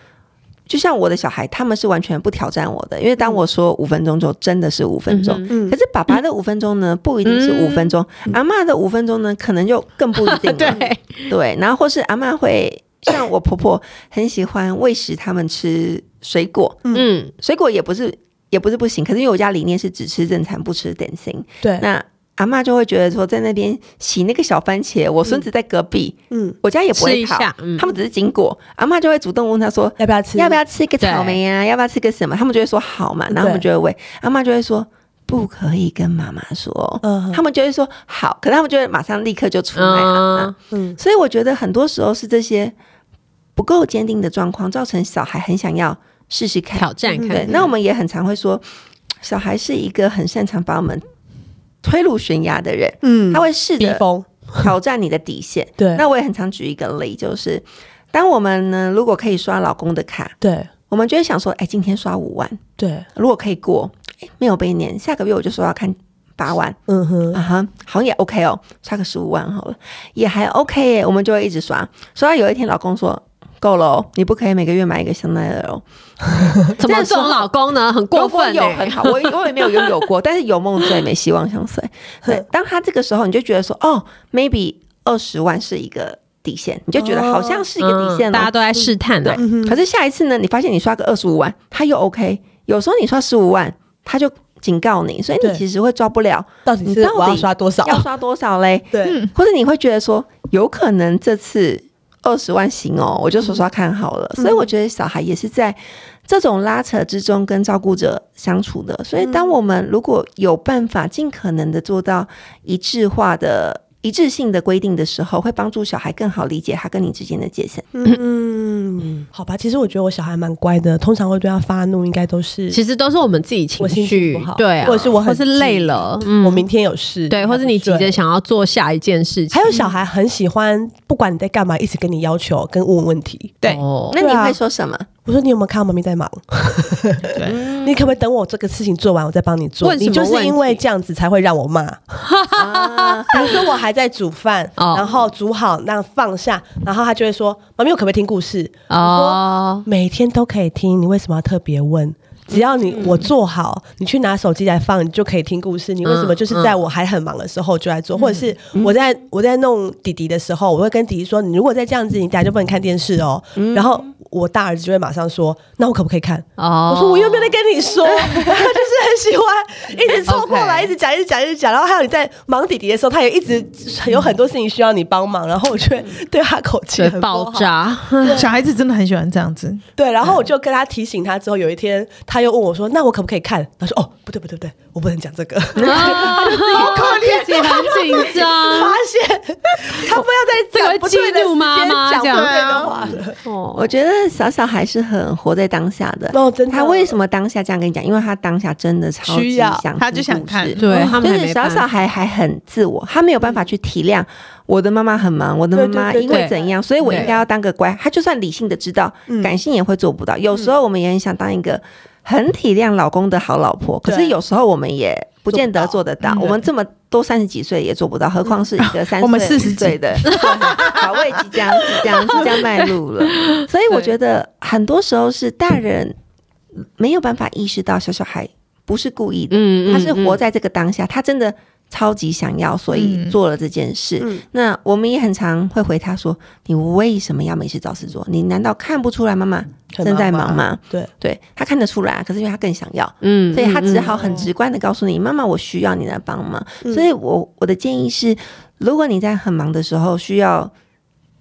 Speaker 3: 就像我的小孩，他们是完全不挑战我的，因为当我说五分钟，就真的是五分钟。
Speaker 2: 嗯
Speaker 1: 嗯
Speaker 3: 可，是爸爸的五分钟呢，不一定是五分钟；阿嬷的五分钟呢，可能就更不 一定了。
Speaker 2: 对，
Speaker 3: 对，然后或是阿嬷会，像我婆婆很喜欢喂食他们吃水果，
Speaker 2: 嗯
Speaker 3: 水果也不是也不是不行，可是因为我家理念是只吃正餐不吃点心，
Speaker 1: 对，
Speaker 3: 那阿嬷就会觉得说在那边洗那个小番茄，我孙子在隔壁，
Speaker 1: 嗯，
Speaker 3: 我家也不
Speaker 2: 吃
Speaker 3: 会
Speaker 2: 一
Speaker 3: 烤，
Speaker 2: 下，嗯
Speaker 3: 他们只是经过，阿嬷就会主动问他说。
Speaker 1: 要不要吃？
Speaker 3: 要不要吃个草莓啊？要不要吃个什么？他们就会说好嘛，然后他们就会喂，阿嬷就会说不可以跟妈妈说，
Speaker 1: 嗯？
Speaker 3: 他们就会说好，可是他们就会马上立刻就出啊卖阿嬷。
Speaker 2: 嗯
Speaker 1: 嗯
Speaker 3: 所以我觉得很多时候是这些不够坚定的状况，造成小孩很想要试试看，
Speaker 2: 挑战看
Speaker 3: 对，
Speaker 2: 看。
Speaker 3: 那我们也很常会说，小孩是一个很擅长把我们推入悬崖的人，
Speaker 1: 嗯，
Speaker 3: 他会试
Speaker 1: 逼
Speaker 3: 着
Speaker 1: 疯，
Speaker 3: 挑战你的底线。
Speaker 1: 对，
Speaker 3: 那我也很常举一个例，就是当我们呢，如果可以刷老公的卡，
Speaker 1: 对
Speaker 3: 我们就会想说，哎，今天刷五万，
Speaker 1: 对，
Speaker 3: 如果可以过，哎，没有被念，下个月我就刷要看八万，
Speaker 1: 嗯哼，
Speaker 3: 啊哈，好像也 OK 哦，刷个十五万好了，也还 OK 耶，我们就会一直刷，刷到有一天老公说。够了哦，你不可以每个月买一个香奈儿哦。
Speaker 2: 怎么说老公呢？很过
Speaker 3: 如果
Speaker 2: 分
Speaker 3: 有
Speaker 2: 欸
Speaker 3: 很好，我我也没有拥有过，但是有梦最美，希望相随。对，当他这个时候，你就觉得说，哦，maybe 二十万是一个底线，你就觉得好像是一个底线哦
Speaker 2: 嗯
Speaker 3: 了。
Speaker 2: 大家都在试探啊
Speaker 3: 对
Speaker 2: 的，，
Speaker 3: 可是下一次呢，你发现你刷个二十五万，他又 OK。有时候你刷十五万，他就警告你，所以你
Speaker 1: 对
Speaker 3: 其实会抓不了
Speaker 1: 到底
Speaker 3: 你
Speaker 1: 是
Speaker 3: 到
Speaker 1: 我要
Speaker 3: 底
Speaker 1: 刷多少？
Speaker 3: 要刷多少嘞，
Speaker 1: 对，
Speaker 3: 或者你会觉得说，有可能这次二十万行哦，我就刷刷看好
Speaker 1: 嗯
Speaker 3: 了。所以我觉得小孩也是在这种拉扯之中跟照顾者相处的。所以，当我们如果有办法尽可能的做到一致化的。一致性的规定的时候，会帮助小孩更好理解他跟你之间的界限。
Speaker 1: 哦嗯，好吧。其实我觉得我小孩蛮乖的，通常会对他发怒，应该都是
Speaker 2: 其实都是我们自己情
Speaker 1: 我心
Speaker 2: 绪
Speaker 1: 情不好，
Speaker 2: 对啊，
Speaker 1: 或者是我很
Speaker 2: 或是累了，嗯，
Speaker 1: 我明天有事，
Speaker 2: 对，或是你急
Speaker 1: 对
Speaker 2: 着。想要做下一件事情，
Speaker 1: 还有小孩很喜欢，不管你在干嘛，一直跟你要求跟问问题。
Speaker 4: 对
Speaker 2: 哦
Speaker 3: 那你
Speaker 1: 对啊
Speaker 3: 会说 什么？
Speaker 1: 我说你有没有看到妈咪在忙？ 你可不可以等我这个事情做完，我再帮你做？
Speaker 2: 问什
Speaker 1: 你
Speaker 2: 么
Speaker 1: 就是因为
Speaker 2: 问题
Speaker 1: 这样子才会让我骂。比如说我还在煮饭，
Speaker 2: 哦
Speaker 1: 然后煮好那放下，然后他就会说：“妈咪，我可不可以听故事？”
Speaker 2: 哦，嗯
Speaker 1: 每天都可以听，你为什么要特别问？只要你我做好，你去拿手机来放，你就可以听故事。你为什么
Speaker 2: 嗯
Speaker 1: 就是在我还很忙的时候就来做，或者是我在我在弄弟弟的时候，我会跟弟弟说，你如果再这样子，你等下就不能看电视哦。
Speaker 2: 嗯
Speaker 1: 然后我大儿子就会马上说，那我可不可以看？
Speaker 2: 哦，
Speaker 1: 我说我又没有在跟你说，然后他就是很喜欢一直凑过来，
Speaker 2: OK
Speaker 1: 一直讲，一直讲，一直讲。然后还有你在忙弟弟的时候，他也一直有很多事情需要你帮忙，然后我就会对他口气
Speaker 2: 对
Speaker 1: 很不
Speaker 2: 哦爆
Speaker 1: 好。
Speaker 2: 炸，啊
Speaker 4: 小孩子真的很喜欢这样子，
Speaker 1: 对，然后我就跟他提醒他之后，有一天他又问我说：“那我可不可以看？”他说：“哦，不对不对不对，我不能讲这个。
Speaker 2: 啊好可怜，自己很紧
Speaker 1: 发
Speaker 2: 张。
Speaker 1: 现他不要再
Speaker 2: 这个
Speaker 1: 讲
Speaker 2: 会
Speaker 1: 不对的
Speaker 2: 激怒妈
Speaker 1: 时间
Speaker 2: 妈
Speaker 1: 讲不
Speaker 2: 这样
Speaker 1: 对的话了。
Speaker 2: 哦，
Speaker 3: 我觉得小小孩是很活在当下的。
Speaker 1: 哦真的
Speaker 3: 他为什么当下这样跟你讲？因为他当下真的超级
Speaker 1: 需要
Speaker 3: 想听故事，
Speaker 4: 他就想看
Speaker 2: 对他们
Speaker 3: 就
Speaker 2: 还
Speaker 3: 是
Speaker 2: 没
Speaker 3: 小
Speaker 2: 办
Speaker 3: 小
Speaker 2: 法，
Speaker 3: 孩还很自我，他没有办法去体谅我的妈妈很忙，我的妈妈
Speaker 1: 对对
Speaker 3: 因
Speaker 1: 对嗯
Speaker 3: 为怎样，所以我
Speaker 2: 对
Speaker 3: 应该要当个乖。他就算理性的知道，感性也会做不到。有时候我们也很想当一个很体谅老公的好老婆，可
Speaker 1: 对
Speaker 3: 是有时候我们也不见得做得到。我们这么都三十几岁也做不到，何况是一个三
Speaker 4: 我们
Speaker 3: 十
Speaker 4: 40几
Speaker 3: 岁的保卫即将即将即将迈入了。所以我觉得很多时候是大人没有办法意识到小小孩不是故意的，
Speaker 2: 嗯，嗯
Speaker 3: 他是
Speaker 2: 嗯
Speaker 3: 活在这个当下，他真的超级想要，所以
Speaker 4: 嗯
Speaker 3: 做了这件事。
Speaker 1: 嗯
Speaker 3: 那我们也很常会回他说：“你为什么要没事找事做？你难道看不出来妈妈
Speaker 1: 很
Speaker 3: 正在
Speaker 1: 忙
Speaker 3: 忙吗？”
Speaker 1: 对，
Speaker 3: 对他看得出来，可是因为他更想要，
Speaker 2: 嗯，
Speaker 3: 所以他只
Speaker 2: 嗯
Speaker 3: 好很直观的告诉你：“妈妈，我需要你来帮忙。”所以我我的建议是，如果你在很忙的时候需要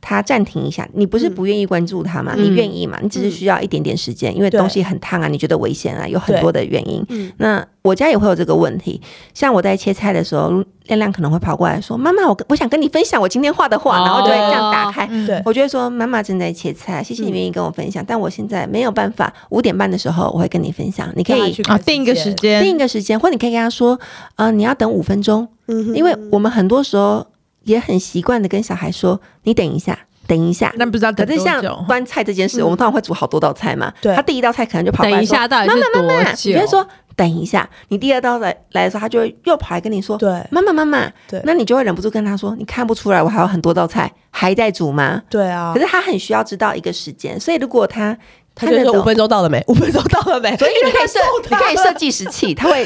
Speaker 3: 他暂停一下，你不是不愿意关注他嘛？
Speaker 2: 嗯
Speaker 3: 你愿意嘛？你只是需要一点点时间，因为
Speaker 1: 对
Speaker 3: 东西很烫啊，你觉得危险啊，有很多的原因
Speaker 1: 对嗯。
Speaker 3: 那我家也会有这个问题，像我在切菜的时候，亮亮可能会跑过来说：“妈妈，我跟我想跟你分享我今天画的画。”然后就会这样打开。
Speaker 2: 嗯
Speaker 1: 对
Speaker 3: 我就会说：“妈妈正在切菜，谢谢你愿意跟我分享，但我现在没有办法。五点半的时候我会跟你分享，你可以
Speaker 4: 啊，定一个时，间，
Speaker 3: 定一个时间，或你可以跟他说，呃，你要等五分钟，
Speaker 1: 嗯哼
Speaker 3: 因为我们很多时候也很习惯的跟小孩说，你等一下，等一下。
Speaker 4: 但不知道等
Speaker 3: 可
Speaker 4: 多
Speaker 3: 是像
Speaker 4: 久。
Speaker 3: 端菜这件事，我们通常会煮好多道菜嘛，
Speaker 1: 嗯对
Speaker 3: 他第一道菜可能就跑过来
Speaker 2: 等一
Speaker 3: 说
Speaker 2: 下，到底是多
Speaker 3: 妈妈，你
Speaker 2: 久
Speaker 3: 就会？说等一下，你第二道来来的时候，他就会又跑来跟你说，
Speaker 1: 对
Speaker 3: 妈妈妈妈
Speaker 1: 对，
Speaker 3: 那你就会忍不住跟他说，你看不出来我还有很多道菜还在煮吗？
Speaker 1: 对啊
Speaker 3: 可，是他很需要知道一个时间，所以如果他
Speaker 1: 他
Speaker 3: 看
Speaker 1: 就
Speaker 3: 得
Speaker 1: 说
Speaker 3: 懂
Speaker 1: 五分钟到了没？五分钟到了没？
Speaker 3: 所以你可以设，你可以设计时器，它会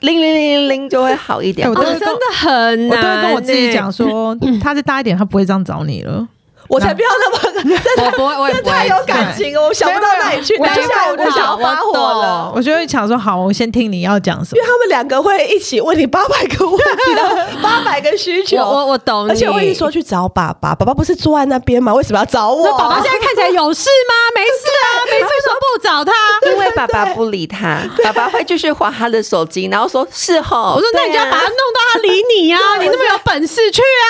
Speaker 3: 铃铃铃铃铃就会好一点
Speaker 4: 哎。我
Speaker 2: 哦，
Speaker 4: 都会
Speaker 2: 真
Speaker 4: 跟
Speaker 2: 的很
Speaker 4: 我都
Speaker 2: 难欸，
Speaker 4: 会跟我自己讲 说，他再大一点，他不会这样找你了。
Speaker 1: 我才不要 那么，
Speaker 2: 我不会，我也
Speaker 1: 这
Speaker 2: 不
Speaker 1: 太
Speaker 2: 会
Speaker 1: 有感情了，我想不到哪里去，
Speaker 2: 没
Speaker 1: 当
Speaker 2: 有
Speaker 1: 下我
Speaker 2: 我
Speaker 1: 就想要发火了。
Speaker 2: 哦
Speaker 4: 我就会想说，好，我先听你要讲什
Speaker 1: 因
Speaker 4: 么
Speaker 1: 为。他们两个会一起问你八百个问题， 然后八百个需求，
Speaker 2: 我我我懂你，
Speaker 1: 而且我一直说去找爸爸，爸爸不是坐在那边吗？为什么要找我？
Speaker 2: 那宝宝现在看起来有事吗？没事啊，没事，为什么不找他？
Speaker 3: 因为爸爸不理他，爸爸会继续划他的手机，然后说是吼。
Speaker 2: 我说那你就
Speaker 3: 对
Speaker 2: 要
Speaker 3: 啊
Speaker 2: 把他弄到他理 你呀、啊，你那么有本事去啊！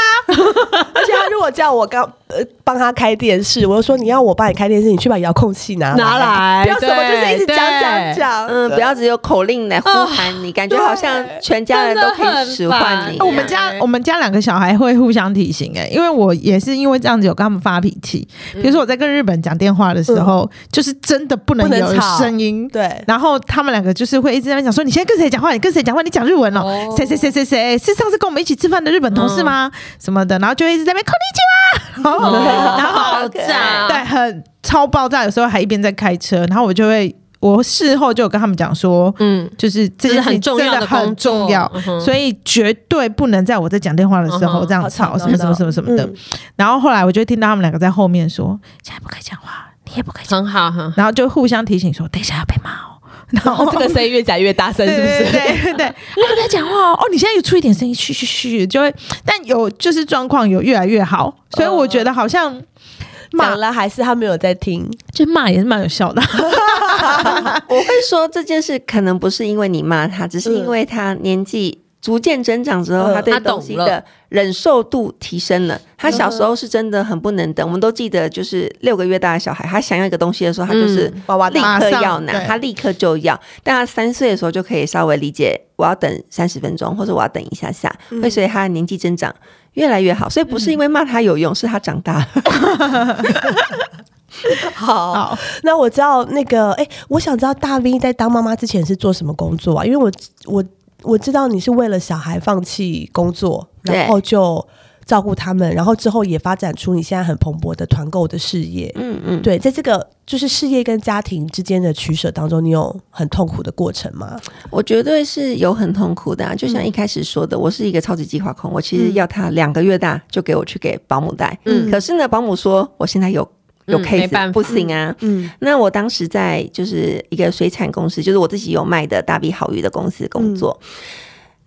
Speaker 1: 而且他如果叫我刚呃帮他开电视，我就说你要我帮你开电视，你去把遥控器拿
Speaker 2: 拿来
Speaker 1: 不要什么
Speaker 2: 对
Speaker 1: 就是一直讲
Speaker 2: 对
Speaker 1: 讲讲，
Speaker 3: 嗯，不要只有口令来呼喊你，感觉好像全家人都可以使唤你
Speaker 2: 真的很烦
Speaker 3: 一样。
Speaker 4: 哦我们家我们家两个小孩会互相提醒哎、因为我也是因为这样子有跟他们发脾气。比如说我在跟日本讲电话的时候，就是真的不能
Speaker 1: 不能
Speaker 4: 有
Speaker 1: 吵
Speaker 4: 声音。
Speaker 1: 对。
Speaker 4: 然后他们两个就是会一直在那边讲说，你现在跟谁讲话？你跟谁讲话？你讲日文哦
Speaker 2: 哦？
Speaker 4: 谁谁谁谁谁是上次跟我们一起吃饭的日本同事吗？什么的，然后就会一直在那边空你去
Speaker 2: 哦
Speaker 4: 啊，然后
Speaker 2: 爆炸
Speaker 4: 对，很超爆炸，有时候还一边在开车，然后我就会。我事后就有跟他们讲说，
Speaker 2: 嗯，
Speaker 4: 就是这件事情真的嗯很重要，所以绝对不能在我在讲电话的时候
Speaker 2: 嗯哼
Speaker 4: 这样
Speaker 1: 好
Speaker 4: 吵
Speaker 1: 吵
Speaker 4: 什么什么什么什么的
Speaker 1: 嗯。
Speaker 4: 然后后来我就听到他们两个在后面说：“现在不可以讲话，你也不可以讲话。”
Speaker 2: 很好哈。
Speaker 4: 然后就互相提醒说，等一下要被骂哦。然后
Speaker 1: 这个声音越讲越大声，
Speaker 4: 对
Speaker 1: 是不
Speaker 4: 对
Speaker 1: 是？
Speaker 4: 对对对，他在讲话哦，哦，你现在有出一点声音，嘘嘘嘘，就会，但有就是状况有越来越好，所以我觉得好像骂
Speaker 1: 讲了还是他没有在听，
Speaker 4: 就骂也是蛮有效的，
Speaker 3: 我会说这件事可能不是因为你骂他，只是因为他年纪逐渐增长之后，
Speaker 1: 嗯
Speaker 3: 他对东西
Speaker 2: 他懂了
Speaker 3: 的忍受度提升了。他小时候是真的很不能等，我们都记得，就是六个月大的小孩，他想要一个东西的时候，他就是
Speaker 2: 嗯
Speaker 1: 娃娃
Speaker 3: 立
Speaker 1: 大，
Speaker 3: 刻要
Speaker 4: 马上
Speaker 3: 拿，
Speaker 4: 对
Speaker 3: 他立刻就要。但他三岁的时候就可以稍微理解，我要等三十分钟，或者我要等一下下，会随着他的年纪增长越来越好。所以不是因为骂他有用，是他长大了。
Speaker 1: 好，
Speaker 4: 好，
Speaker 1: 那我知道那个，哎、我想知道大 V 在当妈妈之前是做什么工作啊？因为我我我知道你是为了小孩放弃工作，
Speaker 3: 对
Speaker 1: 然后就照顾他们，然后之后也发展出你现在很蓬勃的团购的事业。
Speaker 3: 嗯嗯，
Speaker 1: 对，在这个就是事业跟家庭之间的取舍当中，你有很痛苦的过程吗？
Speaker 3: 我绝对是有很痛苦的、啊，就像一开始说的，我是一个超级计划控，我其实要他两个月大就给我去给保姆带，
Speaker 2: 嗯
Speaker 3: 可是呢，保姆说我现在有有
Speaker 2: 嗯
Speaker 3: case，、
Speaker 2: 没办法
Speaker 3: 不行啊，
Speaker 1: 嗯
Speaker 3: 那我当时在就是一个水产公司，就是我自己有卖的大比好鱼的公司工作。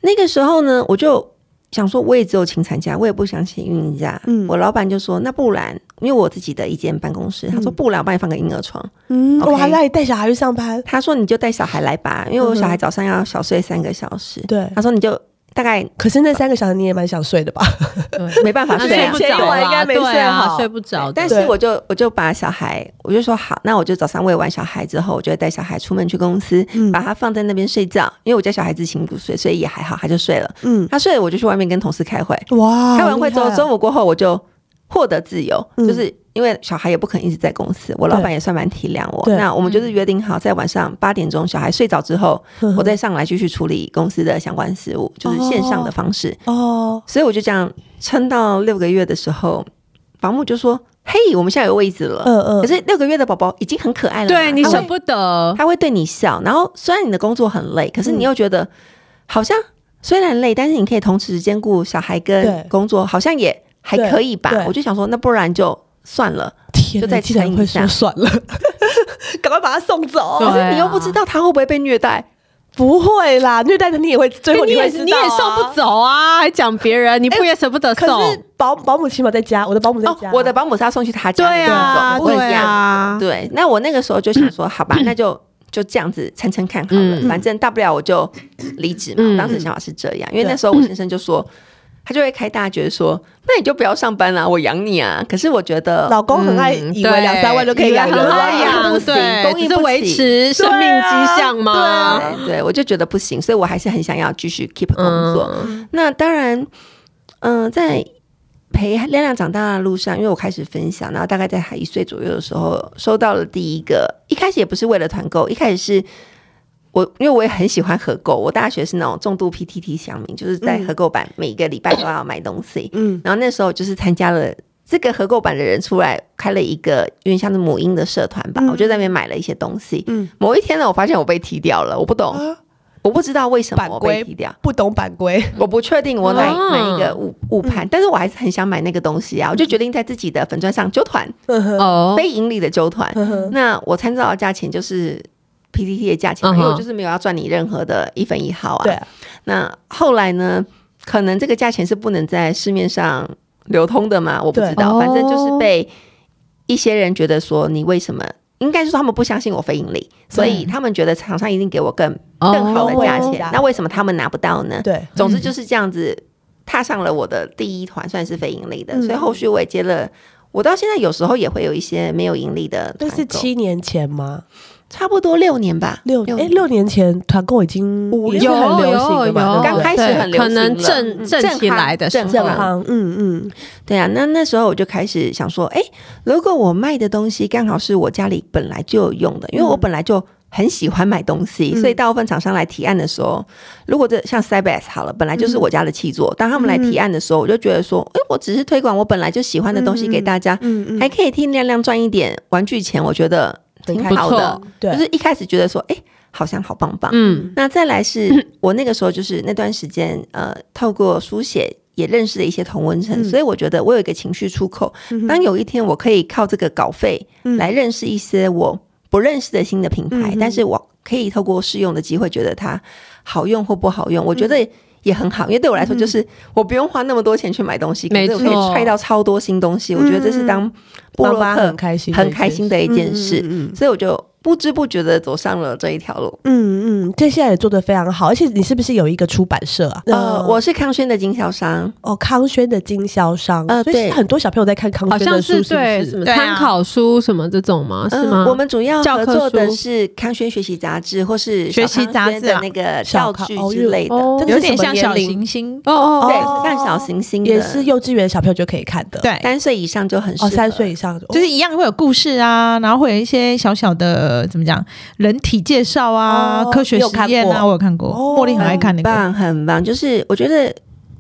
Speaker 3: 那个时候呢，我就想说，我也只有请产假，我也不想请孕假。
Speaker 1: 嗯
Speaker 3: 我老板就说，那不然，因为我有自己的一间办公室，他说
Speaker 1: 嗯
Speaker 3: 不然我帮你放个婴儿床。哦
Speaker 1: 嗯，
Speaker 3: OK
Speaker 1: 我还让你带小孩去上班，
Speaker 3: 他说你就带小孩来吧，因为
Speaker 1: 嗯
Speaker 3: 我小孩早上要小睡三个小时。
Speaker 1: 对。
Speaker 3: 他说你就大概
Speaker 1: 可是那三个小时你也蛮想睡的吧？
Speaker 3: 没办法
Speaker 2: 他
Speaker 3: 睡
Speaker 2: 睡
Speaker 3: 啊
Speaker 2: 不
Speaker 1: 前一
Speaker 2: 着
Speaker 1: 晚
Speaker 2: 啦，
Speaker 1: 应该没
Speaker 2: 对啊
Speaker 1: 睡好
Speaker 2: 睡不着的。
Speaker 3: 但是我就我就把小孩，我就说好，那我就早上喂完小孩之后，我就会带小孩出门去公司，
Speaker 1: 嗯
Speaker 3: 把他放在那边睡觉，因为我家小孩子情不睡，所以也还好，他就睡了。
Speaker 1: 嗯，
Speaker 3: 他睡了，我就去外面跟同事开会，
Speaker 1: 哇啊
Speaker 3: 开完会之后，中
Speaker 1: 午
Speaker 3: 午过后我就获得自由，
Speaker 1: 嗯
Speaker 3: 就是因为小孩也不肯一直在公司，我老板也算蛮体谅我。
Speaker 1: 对
Speaker 3: 那我们
Speaker 2: 嗯
Speaker 3: 就是约定好，在晚上八点钟小孩睡着之后，我再上来继续处理公司的相关事
Speaker 2: 哦
Speaker 3: 务，就是线上的方式。
Speaker 1: 哦，
Speaker 3: 所以我就这样撑到六个月的时候，保姆就说：“嘿，我们现在有位置了。
Speaker 1: 嗯嗯
Speaker 3: 可是六个月的宝宝已经很可爱了嘛，
Speaker 2: 对你
Speaker 3: 他会
Speaker 2: 舍不嗯得，
Speaker 3: 他会对你笑，然后虽然你的工作很累，可是你又觉得、好像虽然累，但是你可以同时兼顾小孩
Speaker 1: 对
Speaker 3: 跟工作，好像也还
Speaker 1: 对
Speaker 3: 可以吧
Speaker 1: 对。
Speaker 3: 我就想说，那不然就算了。
Speaker 1: 天
Speaker 3: 就
Speaker 1: 哪，
Speaker 3: 再
Speaker 1: 竟然
Speaker 3: 撑一
Speaker 1: 会说
Speaker 3: 下
Speaker 1: 算了， 赶快把他送走。
Speaker 2: 对啊
Speaker 3: 可哦是你又不知道他会不会被虐待，
Speaker 1: 不会啦，虐待他你也会，最后
Speaker 2: 你
Speaker 1: 会
Speaker 2: 也
Speaker 1: 知道、哎
Speaker 2: 你也送不。走啊，还讲别人，你不也舍不得送？
Speaker 1: 可是保保姆起码在家，我的保姆在
Speaker 3: 哦
Speaker 1: 家，，
Speaker 3: 我的保姆是要送去他家的
Speaker 2: 对啊，
Speaker 3: 那种，不一
Speaker 2: 对
Speaker 3: 样。
Speaker 2: 啊，
Speaker 3: 对，那我那个时候就想 说，好吧，那就就这样子撑撑看好了，
Speaker 2: 嗯
Speaker 3: 反正大不了我就离职嘛。
Speaker 2: 嗯
Speaker 3: 我当时想法是这样，因为那时候我先生就说，他就会开大觉说，那你就不要上班啦、我养你啊。可是我觉得
Speaker 1: 老公很爱以为
Speaker 3: 嗯
Speaker 2: 对
Speaker 1: 两三万就可以养
Speaker 2: 很
Speaker 1: 人了，
Speaker 2: 好
Speaker 3: 养
Speaker 2: 养，
Speaker 3: 不行
Speaker 2: 对，
Speaker 3: 供应
Speaker 2: 只是
Speaker 3: 不
Speaker 2: 维
Speaker 3: 起
Speaker 2: 持生命迹象吗？
Speaker 1: 对啊
Speaker 3: 对对，我就觉得不行，所以我还是很想要继续 keep 工作。
Speaker 2: 嗯，
Speaker 3: 那当然，嗯、在陪亮亮长大的路上，因为我开始分享，然后大概在他一岁左右的时候，收到了第一个，一开始也不是为了团购，一开始是。我因为我也很喜欢合购，我大学是那种重度 PTT 乡民，就是在合购版每个礼拜都要买东西。
Speaker 1: 嗯，
Speaker 3: 然后那时候就是参加了这个合购版的人出来开了一个有点像是母婴的社团吧，我就在那边买了一些东西。
Speaker 1: 嗯啊
Speaker 3: 嗯，某一天呢，我发现我被踢掉了，我不懂，我不知道为什么我
Speaker 1: 版规
Speaker 3: 被踢掉，
Speaker 1: 不懂版规，
Speaker 3: 我不确定我哪、
Speaker 2: 哦嗯
Speaker 3: 哪一个误误判，但是我还是很想买那个东西啊，我就决定在自己的粉砖上揪团，
Speaker 1: 嗯
Speaker 2: 哦，
Speaker 3: 非盈利的揪团。那我参照的价钱就是。PPT 的价钱
Speaker 2: 嗯
Speaker 3: 嘛，
Speaker 2: 哼
Speaker 3: 因为我就是没有要赚你任何的一分一毫啊。
Speaker 1: 对啊，
Speaker 3: 那后来呢？可能这个价钱是不能在市面上流通的嘛？我不知道，
Speaker 2: 对哦
Speaker 3: 反正就是被一些人觉得说你为什么？应该是说他们不相信我非盈利，所以他们觉得厂商一定给我更更好的价
Speaker 1: 哦
Speaker 3: 钱。
Speaker 2: 啊
Speaker 3: 那为什么他们拿不到呢？
Speaker 1: 对，
Speaker 3: 总之就是这样子，踏上了我的第一团，算是非盈利的。
Speaker 1: 嗯
Speaker 3: 所以后续我也接了，我到现在有时候也会有一些没有盈利的团
Speaker 1: 那
Speaker 3: 购，
Speaker 1: 是七年前吗？
Speaker 3: 差不多六年吧，
Speaker 1: 六哎六年前团购已经
Speaker 3: 五
Speaker 1: 也是
Speaker 2: 有
Speaker 1: 很流行
Speaker 2: 有
Speaker 1: 的
Speaker 2: 有，
Speaker 1: 嘛，对不
Speaker 3: 刚
Speaker 1: 对
Speaker 3: 开始
Speaker 2: 对
Speaker 3: 很流
Speaker 2: 可
Speaker 3: 行
Speaker 2: 能
Speaker 3: 了
Speaker 2: 正
Speaker 3: 嗯
Speaker 2: 正起来的时
Speaker 3: 正
Speaker 2: 候，
Speaker 3: 行
Speaker 1: 正行，嗯嗯，
Speaker 3: 对啊，那那时候我就开始想说，哎，如果我卖的东西刚好是我家里本来就有用的，因为
Speaker 1: 嗯
Speaker 3: 我本来就很喜欢买东西，所以大部分厂商来提案的时候，如果这像 Cybex 好了，本来
Speaker 1: 嗯
Speaker 3: 就是我家的器作，当他们来提案的时候，我就觉得说，哎，我只是推广我本来就喜欢的东西给大家，
Speaker 1: 嗯嗯
Speaker 3: 还可以替亮亮赚一点玩具钱，我觉得挺
Speaker 2: 不
Speaker 3: 好的
Speaker 2: 错。
Speaker 1: 对，
Speaker 3: 就是一开始觉得说，哎、好像好棒棒。
Speaker 2: 嗯，
Speaker 3: 那再来是我那个时候就是那段时间，呃，透过书写也认识了一些同温层，所以我觉得我有一个情绪出口。当有一天我可以靠这个稿费来认识一些我不认识的新的品牌，但是我可以透过试用的机会，觉得它好用或不好用，我觉得。也很好，因为对我来说，就是我不用花那么多钱去买东西，可
Speaker 2: 没
Speaker 3: 是我可以
Speaker 2: 错
Speaker 3: 踹到超多新东西。我觉得这是当布洛
Speaker 1: 妈妈
Speaker 3: 克
Speaker 1: 很开心的
Speaker 3: 很
Speaker 1: 一件
Speaker 3: 开心的一件事。
Speaker 1: 嗯
Speaker 3: 所以我就不知不觉的走上了这一条路。
Speaker 1: 嗯嗯，这现在也做得非常好，而且你是不是有一个出版社啊？
Speaker 3: 呃，我是康轩的经销商，
Speaker 1: 哦，康轩的经销商，
Speaker 3: 呃
Speaker 1: 所以是
Speaker 3: 对
Speaker 1: 很多小朋友在看康
Speaker 2: 好
Speaker 1: 轩的
Speaker 2: 像
Speaker 1: 书，是不嗯
Speaker 2: 对什
Speaker 1: 是？
Speaker 2: 么
Speaker 4: 对啊
Speaker 2: 参考书什么这种吗？哦是吗？
Speaker 3: 嗯我们主要
Speaker 2: 教
Speaker 3: 合
Speaker 2: 科
Speaker 3: 作的
Speaker 2: 书
Speaker 3: 是康轩学习杂志或是
Speaker 4: 学习
Speaker 3: 小康轩
Speaker 4: 杂志啊
Speaker 3: 的那个
Speaker 1: 小
Speaker 3: 教
Speaker 1: 康
Speaker 3: 具
Speaker 1: 哦
Speaker 3: 之类的。
Speaker 2: 哦
Speaker 1: 这个
Speaker 4: 有
Speaker 1: 是什
Speaker 4: 点
Speaker 1: 么
Speaker 4: 像
Speaker 1: 年
Speaker 4: 小
Speaker 1: 龄
Speaker 4: 行星，
Speaker 2: 哦哦
Speaker 3: 对，
Speaker 2: 哦，
Speaker 1: 哦
Speaker 3: 是看小行星的，
Speaker 1: 也是幼稚园小朋友就可以看的，，
Speaker 4: 对，
Speaker 3: 三岁以上就很适合
Speaker 1: 哦，三岁以上
Speaker 4: 就
Speaker 1: 就是
Speaker 4: 一样会有故事啊，然后会有一些小小的怎么讲，人体介绍啊、
Speaker 1: 哦
Speaker 4: 科学实验啊，
Speaker 1: 你
Speaker 4: 我有看过，
Speaker 1: 哦
Speaker 4: 茉莉很爱看那
Speaker 3: 很
Speaker 4: 个。
Speaker 3: 棒，很棒。就是我觉得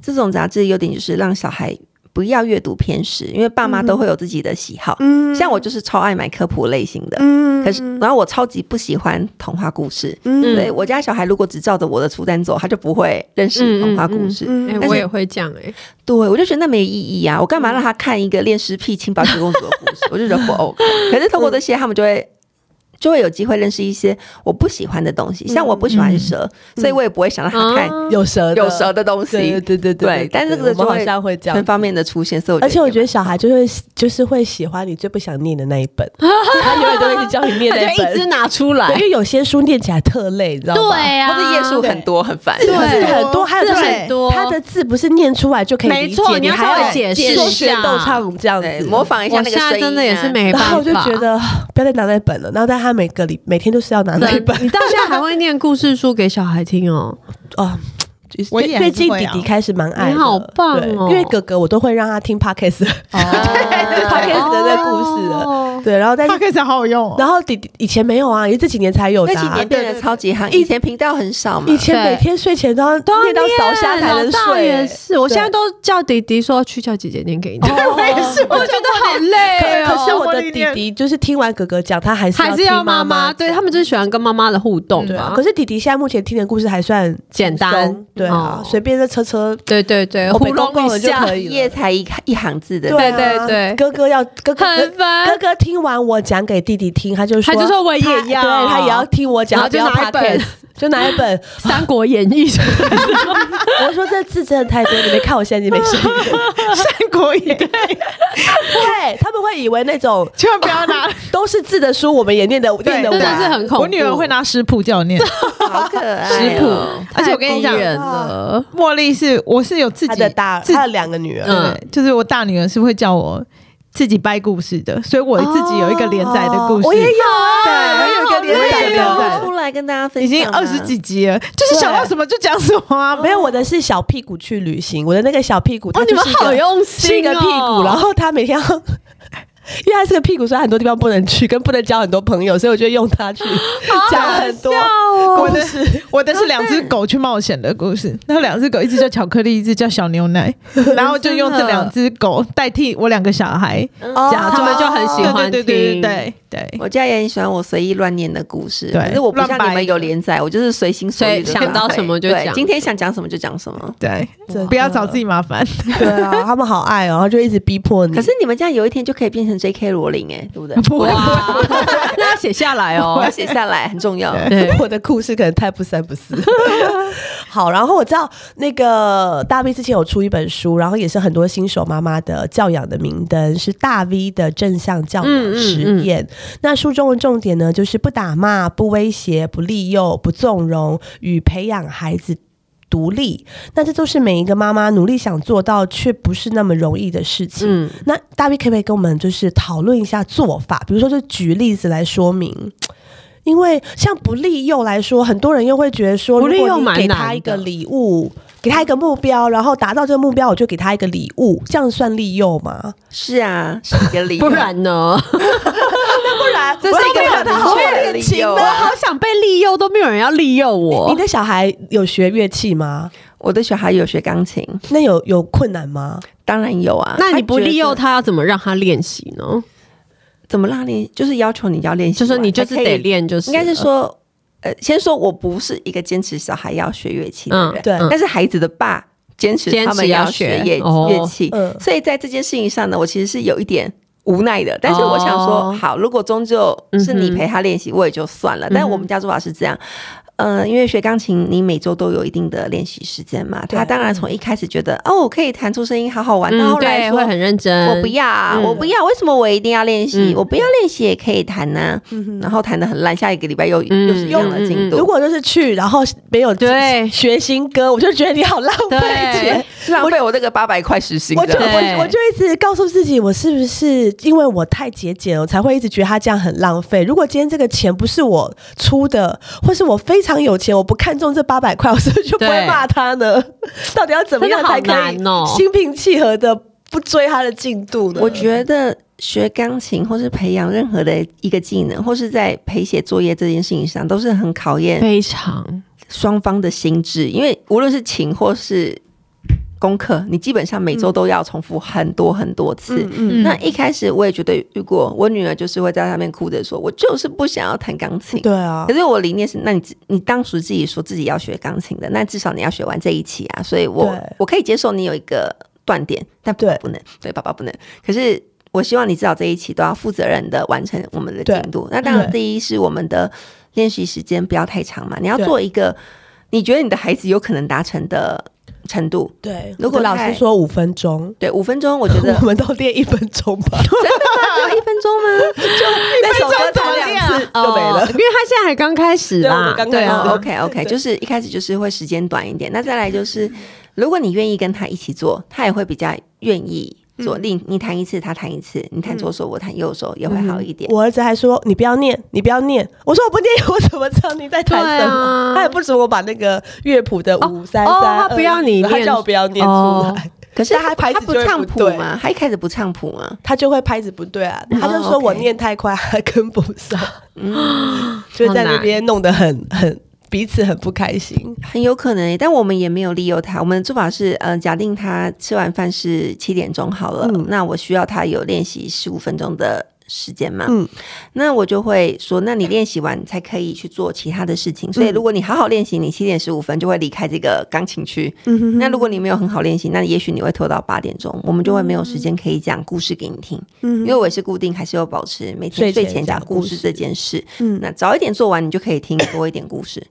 Speaker 3: 这种杂志优点就是让小孩不要阅读偏食，因为爸妈都会有自己的喜好。
Speaker 1: 嗯
Speaker 3: 像我就是超爱买科普类型的，
Speaker 1: 嗯
Speaker 3: 可是然后我超级不喜欢童话故事。
Speaker 1: 嗯
Speaker 3: 对我家小孩如果只照着我的出单走，他就不会认识童话故事。
Speaker 1: 嗯
Speaker 2: 哎，
Speaker 3: 但是
Speaker 2: 我也会这样哎，
Speaker 3: 对，我就觉得那没意义啊！我干嘛让他看一个恋尸癖亲白雪公主的故事？ 我就觉得不 OK。可是透过这些，他们就会就会有机会认识一些我不喜欢的东西，像我不喜欢蛇，所以我也不会想让他看
Speaker 2: 啊
Speaker 1: 有蛇的
Speaker 3: 有蛇的东
Speaker 1: 对对
Speaker 3: 西，
Speaker 1: 对对
Speaker 3: 对但这个
Speaker 1: 我们
Speaker 3: 就
Speaker 1: 好
Speaker 3: 会
Speaker 1: 像会这
Speaker 3: 全
Speaker 1: 样。
Speaker 3: 方面的出现。所以我
Speaker 1: 而且我觉
Speaker 3: 得
Speaker 1: 得小孩就会就是会喜欢你最不想念的那一本，他永远都会一直教你念
Speaker 2: 他
Speaker 1: 那
Speaker 2: 就一直
Speaker 1: 本。
Speaker 2: 拿出
Speaker 1: 对
Speaker 2: 来
Speaker 1: 因，为有些书念起来特累，你知道吗？
Speaker 2: 对
Speaker 3: 也蛮好
Speaker 2: 啊，
Speaker 3: 或者页数很多很烦。
Speaker 1: 字
Speaker 2: 对
Speaker 1: 很多，还有就是
Speaker 2: 字很多
Speaker 1: 他的字不是念出来就可以理解，
Speaker 2: 没错你要
Speaker 1: 还
Speaker 2: 稍
Speaker 1: 要
Speaker 2: 微解释
Speaker 1: 说
Speaker 2: 一
Speaker 1: 学
Speaker 2: 下
Speaker 1: 逗唱这样
Speaker 3: 对，
Speaker 1: 子，
Speaker 3: 模仿一下
Speaker 2: 我
Speaker 3: 那
Speaker 2: 现
Speaker 3: 个声音啊、
Speaker 2: 在真的也是没
Speaker 1: 然
Speaker 2: 办法，
Speaker 1: 后我就觉得哦不要再拿那本了，然后但他每个礼每天都是要拿那一本
Speaker 2: 真你到现在还会念故事书给小孩听哦？
Speaker 1: 啊。就是
Speaker 4: 我
Speaker 1: 最
Speaker 4: 也还
Speaker 1: 最
Speaker 4: 是
Speaker 1: 近
Speaker 4: 会
Speaker 1: 弟
Speaker 4: 啊
Speaker 1: 弟开始蛮爱的，
Speaker 2: 你好棒
Speaker 1: 对
Speaker 2: 哦
Speaker 1: 因为哥哥我都会让他听 podcast，
Speaker 3: 对
Speaker 1: podcast 的那故事了
Speaker 2: 哦
Speaker 1: 对，然后但
Speaker 4: 他
Speaker 1: 是
Speaker 4: 开始好有用哦。
Speaker 1: 然后弟弟以前没有啊，也是这几年才有的
Speaker 3: 那
Speaker 1: 啊、
Speaker 3: 几年变得超级夯，
Speaker 1: 对
Speaker 3: 以前频道很少嘛
Speaker 1: 以。前每
Speaker 2: 对
Speaker 1: 天睡前都要
Speaker 2: 都要
Speaker 1: 念到扫虾才能
Speaker 2: 老大
Speaker 1: 睡、
Speaker 2: 也是，我
Speaker 1: 对哦
Speaker 2: 现在都叫弟弟说去叫姐姐念给你听。
Speaker 4: 我也是，
Speaker 2: 我觉得好累
Speaker 1: 可
Speaker 2: 哦。
Speaker 1: 可是我
Speaker 4: 我
Speaker 1: 的
Speaker 4: 理
Speaker 1: 弟
Speaker 4: 念
Speaker 1: 弟就是听完哥哥讲，他还是
Speaker 2: 还是
Speaker 1: 要
Speaker 2: 要
Speaker 1: 听妈
Speaker 2: 妈妈，对
Speaker 1: 讲
Speaker 2: 他们就是喜欢跟妈妈的互动
Speaker 1: 对啊
Speaker 2: 嘛。
Speaker 1: 可是弟弟现在目前听的故事还算
Speaker 2: 简单
Speaker 1: 轻松对啊
Speaker 2: 哦，
Speaker 1: 随便在车车
Speaker 2: 对对对，
Speaker 1: 我
Speaker 2: 糊
Speaker 1: 被公
Speaker 2: 弄
Speaker 1: 公了
Speaker 2: 一
Speaker 1: 就
Speaker 2: 下
Speaker 1: 可以
Speaker 3: 一
Speaker 1: 了
Speaker 3: 页才一一行字的，
Speaker 1: 对
Speaker 2: 对
Speaker 1: 啊
Speaker 2: 对
Speaker 1: 哥哥要哥哥
Speaker 2: 很烦
Speaker 1: 哥哥听完我讲给弟弟听，他就说
Speaker 2: 他就说我也
Speaker 1: 他
Speaker 2: 要
Speaker 1: 对他也要听我讲，
Speaker 2: 然后就
Speaker 1: 他不要
Speaker 2: 拿一本
Speaker 1: podcast，就拿一 本。
Speaker 2: 《三国演义》
Speaker 1: 我说这字真的太多，你没看我现在已 经没声音了。
Speaker 4: 三国也
Speaker 1: 对，他们会以为那种
Speaker 4: 千万不要 拿，
Speaker 1: 都是字的书，我们也念 得念得
Speaker 2: 真的
Speaker 1: 完。
Speaker 2: 是很恐怖。
Speaker 4: 我女儿会拿食谱叫我 念。
Speaker 3: 好可爱
Speaker 2: 食谱
Speaker 3: 哦。，
Speaker 4: 而且我跟你讲
Speaker 2: 太逼人了，
Speaker 4: 茉莉是我是有自己
Speaker 1: 他的大，
Speaker 4: 自
Speaker 1: 他的两个女儿。
Speaker 2: 嗯
Speaker 4: 对，就是我大女儿是会叫我自己掰故事的，所以我自己有一个连载的故事，
Speaker 1: 哦我也有
Speaker 4: 对，
Speaker 1: 啊，
Speaker 4: 我有一个
Speaker 3: 我
Speaker 4: 连载的
Speaker 3: 也
Speaker 4: 连
Speaker 3: 有
Speaker 4: 载
Speaker 3: 出。来跟大家分
Speaker 4: 已
Speaker 3: 享，啊
Speaker 4: 经二十，几集了，就是想到什么就讲什么啊！
Speaker 1: 没有我的是小屁股去旅行，我的那个小屁股，它
Speaker 2: 哦，你
Speaker 1: 就
Speaker 2: 们
Speaker 1: 是一
Speaker 2: 好
Speaker 1: 个
Speaker 2: 用
Speaker 1: 是一
Speaker 2: 心
Speaker 1: 个
Speaker 2: 哦，
Speaker 1: 屁股，然后他每天要，因为他是个屁股，所以他很多地方不能去，跟不能交很多朋友，所以我就用他去讲很多。
Speaker 2: 哦
Speaker 4: 我的我的是两只狗去冒险的故事，然后两只狗，一只叫巧克力，一只叫小牛奶，然后就用这两只狗代替我两个小孩，
Speaker 1: 哦
Speaker 4: 假
Speaker 2: 他
Speaker 4: 装
Speaker 2: 们就很喜欢
Speaker 4: 对对对
Speaker 2: 听，
Speaker 4: 对对对
Speaker 3: 我家也很喜欢我随意乱念的故事，
Speaker 4: 对
Speaker 3: 可是我不像
Speaker 4: 乱掰
Speaker 3: 你们有连载，我就是随心所欲
Speaker 2: 所
Speaker 3: 的
Speaker 2: 以
Speaker 3: 发挥，
Speaker 2: 想到什么就
Speaker 3: 对
Speaker 2: 讲
Speaker 3: 今天想讲什么就讲什么。
Speaker 4: 对
Speaker 1: 真的
Speaker 4: 不要找自己麻烦。
Speaker 1: 对啊，他们好爱哦，然后就一直逼
Speaker 2: 嗯
Speaker 1: 迫你。
Speaker 3: 可是你们这样有一天就可以变成 J.K. 罗琳哎， 对不对？
Speaker 4: 不会，
Speaker 2: 哇，那要写下来
Speaker 3: 我要
Speaker 2: 哦。
Speaker 3: 写下来，很重要。
Speaker 4: 对
Speaker 2: 对，
Speaker 1: 我的故事可能太不三不四。 好，然后我知道那个大 V 之前有出一本书，然后也是很多新手妈妈的教养的明灯，是大 V 的正向教养实验。那书中的重点呢，就是不打骂、不威胁、不利诱、不纵容与培养孩子。独立，那这都是每一个妈妈努力想做到却不是那么容易的事情。
Speaker 2: 嗯，
Speaker 1: 那大 V 可不可以跟我们就是讨论一下做法？比如说，就举例子来说明。因为像不利诱来说，很多人又会觉得说，
Speaker 2: 不利诱
Speaker 1: 如果
Speaker 2: 蛮
Speaker 1: 你给
Speaker 2: 难
Speaker 1: 他一个
Speaker 2: 的
Speaker 1: 礼物，给他一个目标，然后达到这个目标，我就给他一个礼物，这样算利诱吗？
Speaker 3: 是啊，是一个理 由。
Speaker 2: 不然呢？
Speaker 1: 不然
Speaker 2: 这是一个
Speaker 1: 我要
Speaker 2: 很
Speaker 1: 给他好
Speaker 2: 明确
Speaker 3: 的
Speaker 1: 恋情
Speaker 3: 理由
Speaker 2: 我
Speaker 3: 啊
Speaker 1: 的。
Speaker 2: 好想被利诱，都没有人要利诱我
Speaker 1: 你。的小孩有学乐器吗？
Speaker 3: 我的小孩有学钢琴，
Speaker 1: 那有有困难吗？
Speaker 3: 当然有啊。
Speaker 2: 那你不利诱
Speaker 3: 他觉
Speaker 2: 他，要怎么让他练习呢？
Speaker 3: 得怎么让练？就是要求你要练习
Speaker 2: 就
Speaker 3: 完，
Speaker 2: 是你就是
Speaker 3: 才可
Speaker 2: 得
Speaker 3: 以。
Speaker 2: 练，就是
Speaker 3: 应该是说，呃，先说我不是一个坚持小孩要学乐器的
Speaker 2: 嗯
Speaker 3: 人，
Speaker 1: 对
Speaker 3: 但是孩子的爸坚持
Speaker 2: 坚持
Speaker 3: 他们
Speaker 2: 要
Speaker 3: 学
Speaker 2: 学
Speaker 3: 乐
Speaker 2: 哦
Speaker 3: 乐器，
Speaker 1: 嗯
Speaker 3: 所以在这件事情上呢，我其实是有一点。无奈的，但是我想
Speaker 2: 哦
Speaker 3: 说，
Speaker 2: 嗯
Speaker 3: 好，如果终究是你陪他练习，我也就算了。但我们家做法是这样，呃，因为学钢琴，你每周都有一定的练习时间嘛。他当然从一开始觉得，哦，我可以弹出声音，好好玩。到
Speaker 2: 嗯，
Speaker 3: 后来
Speaker 2: 对，
Speaker 3: 说
Speaker 2: 会，很认真。
Speaker 3: 我不要啊，我不要，为什么我一定要练习？
Speaker 2: 嗯
Speaker 3: 我不要练习也可以弹呢、然后弹的很烂，下一个礼拜又、
Speaker 2: 嗯
Speaker 3: 又是一样的进
Speaker 1: 嗯如
Speaker 3: 度，
Speaker 1: 果就是去，然后没有
Speaker 2: 对
Speaker 1: 学新歌，我就觉得你好浪费
Speaker 2: 对
Speaker 1: 钱。
Speaker 3: 浪费我这个八百块时薪
Speaker 1: 我就
Speaker 3: 的。
Speaker 2: 对
Speaker 1: 我我就一直告诉自己，我是不是因为我太节俭，我才会一直觉得他这样很浪费？如果今天这个钱不是我出的，或是我非常有钱，我不看中这八百块，我是不是就不会
Speaker 2: 对
Speaker 1: 骂他呢？ 到底要怎么样才可
Speaker 2: 真的好
Speaker 1: 以
Speaker 2: 难哦
Speaker 1: 心平气和的不追他的进度呢？
Speaker 3: 我觉得学钢琴或是培养任何的一个技能，或是在陪写作业这件事情上，都是很考验
Speaker 2: 非常
Speaker 3: 双方的心智，因为无论是琴或是。功课，你基本上每周都要重复很多很多次。
Speaker 1: 嗯
Speaker 3: 那一开始我也觉得遇过，我女儿就是会在上面哭着说：“我就是不想要弹钢琴。”
Speaker 1: 对啊
Speaker 3: 可，是我理念是，那你自你当时自己说自己要学钢琴的，那至少你要学完这一期啊，所以我
Speaker 1: 对
Speaker 3: 我可以接受你有一个断点，但
Speaker 1: 对
Speaker 3: 不能，对爸爸不能。可是我希望你至少这一期都要负责任的完成我们的进度。那当然，第一是我们的练习时间不要太长嘛，你要
Speaker 1: 对
Speaker 3: 做一个你觉得你的孩子有可能达成的程度。
Speaker 1: 对。啊
Speaker 3: 如果
Speaker 1: 我的老
Speaker 3: 太
Speaker 1: 师说五分钟。
Speaker 3: 对，五分钟，我觉得
Speaker 1: 我们都练一分钟吧，
Speaker 3: 只有一分钟吗？
Speaker 1: 那首歌弹两次就没了
Speaker 2: 哦。因为他现在还刚开始
Speaker 1: 对我
Speaker 2: 啦
Speaker 1: 们，刚开
Speaker 2: 对
Speaker 1: 始
Speaker 2: 啊，
Speaker 3: OK OK，就是一开始就是会时间短一点，那再来就是，如果你愿意跟他一起做，他也会比较愿意左另你弹一次，他弹一次，你弹左手，我弹右手，也会好一点。
Speaker 1: 我 儿子还说：“你不要念，你不要念。”我说：“我不念， 我怎么知道你在弹
Speaker 2: 对
Speaker 1: 什么？”
Speaker 2: 啊
Speaker 1: 他也不准我把那个乐谱的五三
Speaker 2: 哦
Speaker 1: 三，
Speaker 2: 他不要你
Speaker 1: 他
Speaker 2: 念
Speaker 1: 叫我不要念出来，
Speaker 2: 哦
Speaker 3: 可是
Speaker 1: 但他拍
Speaker 3: 他
Speaker 1: 子
Speaker 3: 不
Speaker 1: 就会
Speaker 3: 唱
Speaker 1: 不
Speaker 3: 谱
Speaker 1: 对
Speaker 3: 嘛，他一开始不唱谱嘛，
Speaker 1: 他就会拍子不对啊，他就说
Speaker 3: 哦，OK
Speaker 1: 我念太快， 他跟不上，
Speaker 3: 嗯，
Speaker 1: 就在那边弄得很很彼此很不开心。
Speaker 3: 很有可能欸。但我们也没有利诱他，我们的做法是，嗯、假定他吃完饭是七点钟好了，
Speaker 1: 嗯
Speaker 3: 那我需要他有练习十五分钟的时间嘛，
Speaker 1: 嗯
Speaker 3: 那我就会说，那你练习完才可以去做其他的事情。所
Speaker 1: 嗯
Speaker 3: 以如果你好好练习，你七点十五分就会离开这个钢琴区。那
Speaker 1: 嗯
Speaker 3: 如果你没有很好练习，那也许你会拖到八点钟，我们就会没有时间可以讲故事给你听。
Speaker 1: 嗯
Speaker 3: 因为我也是固定还是有保持每
Speaker 1: 睡
Speaker 3: 天睡
Speaker 1: 前
Speaker 3: 前
Speaker 1: 讲
Speaker 3: 讲故
Speaker 1: 故
Speaker 3: 事
Speaker 1: 事
Speaker 3: 这件事。
Speaker 1: 嗯
Speaker 3: 那早一点做完，你就可以听多一点故事。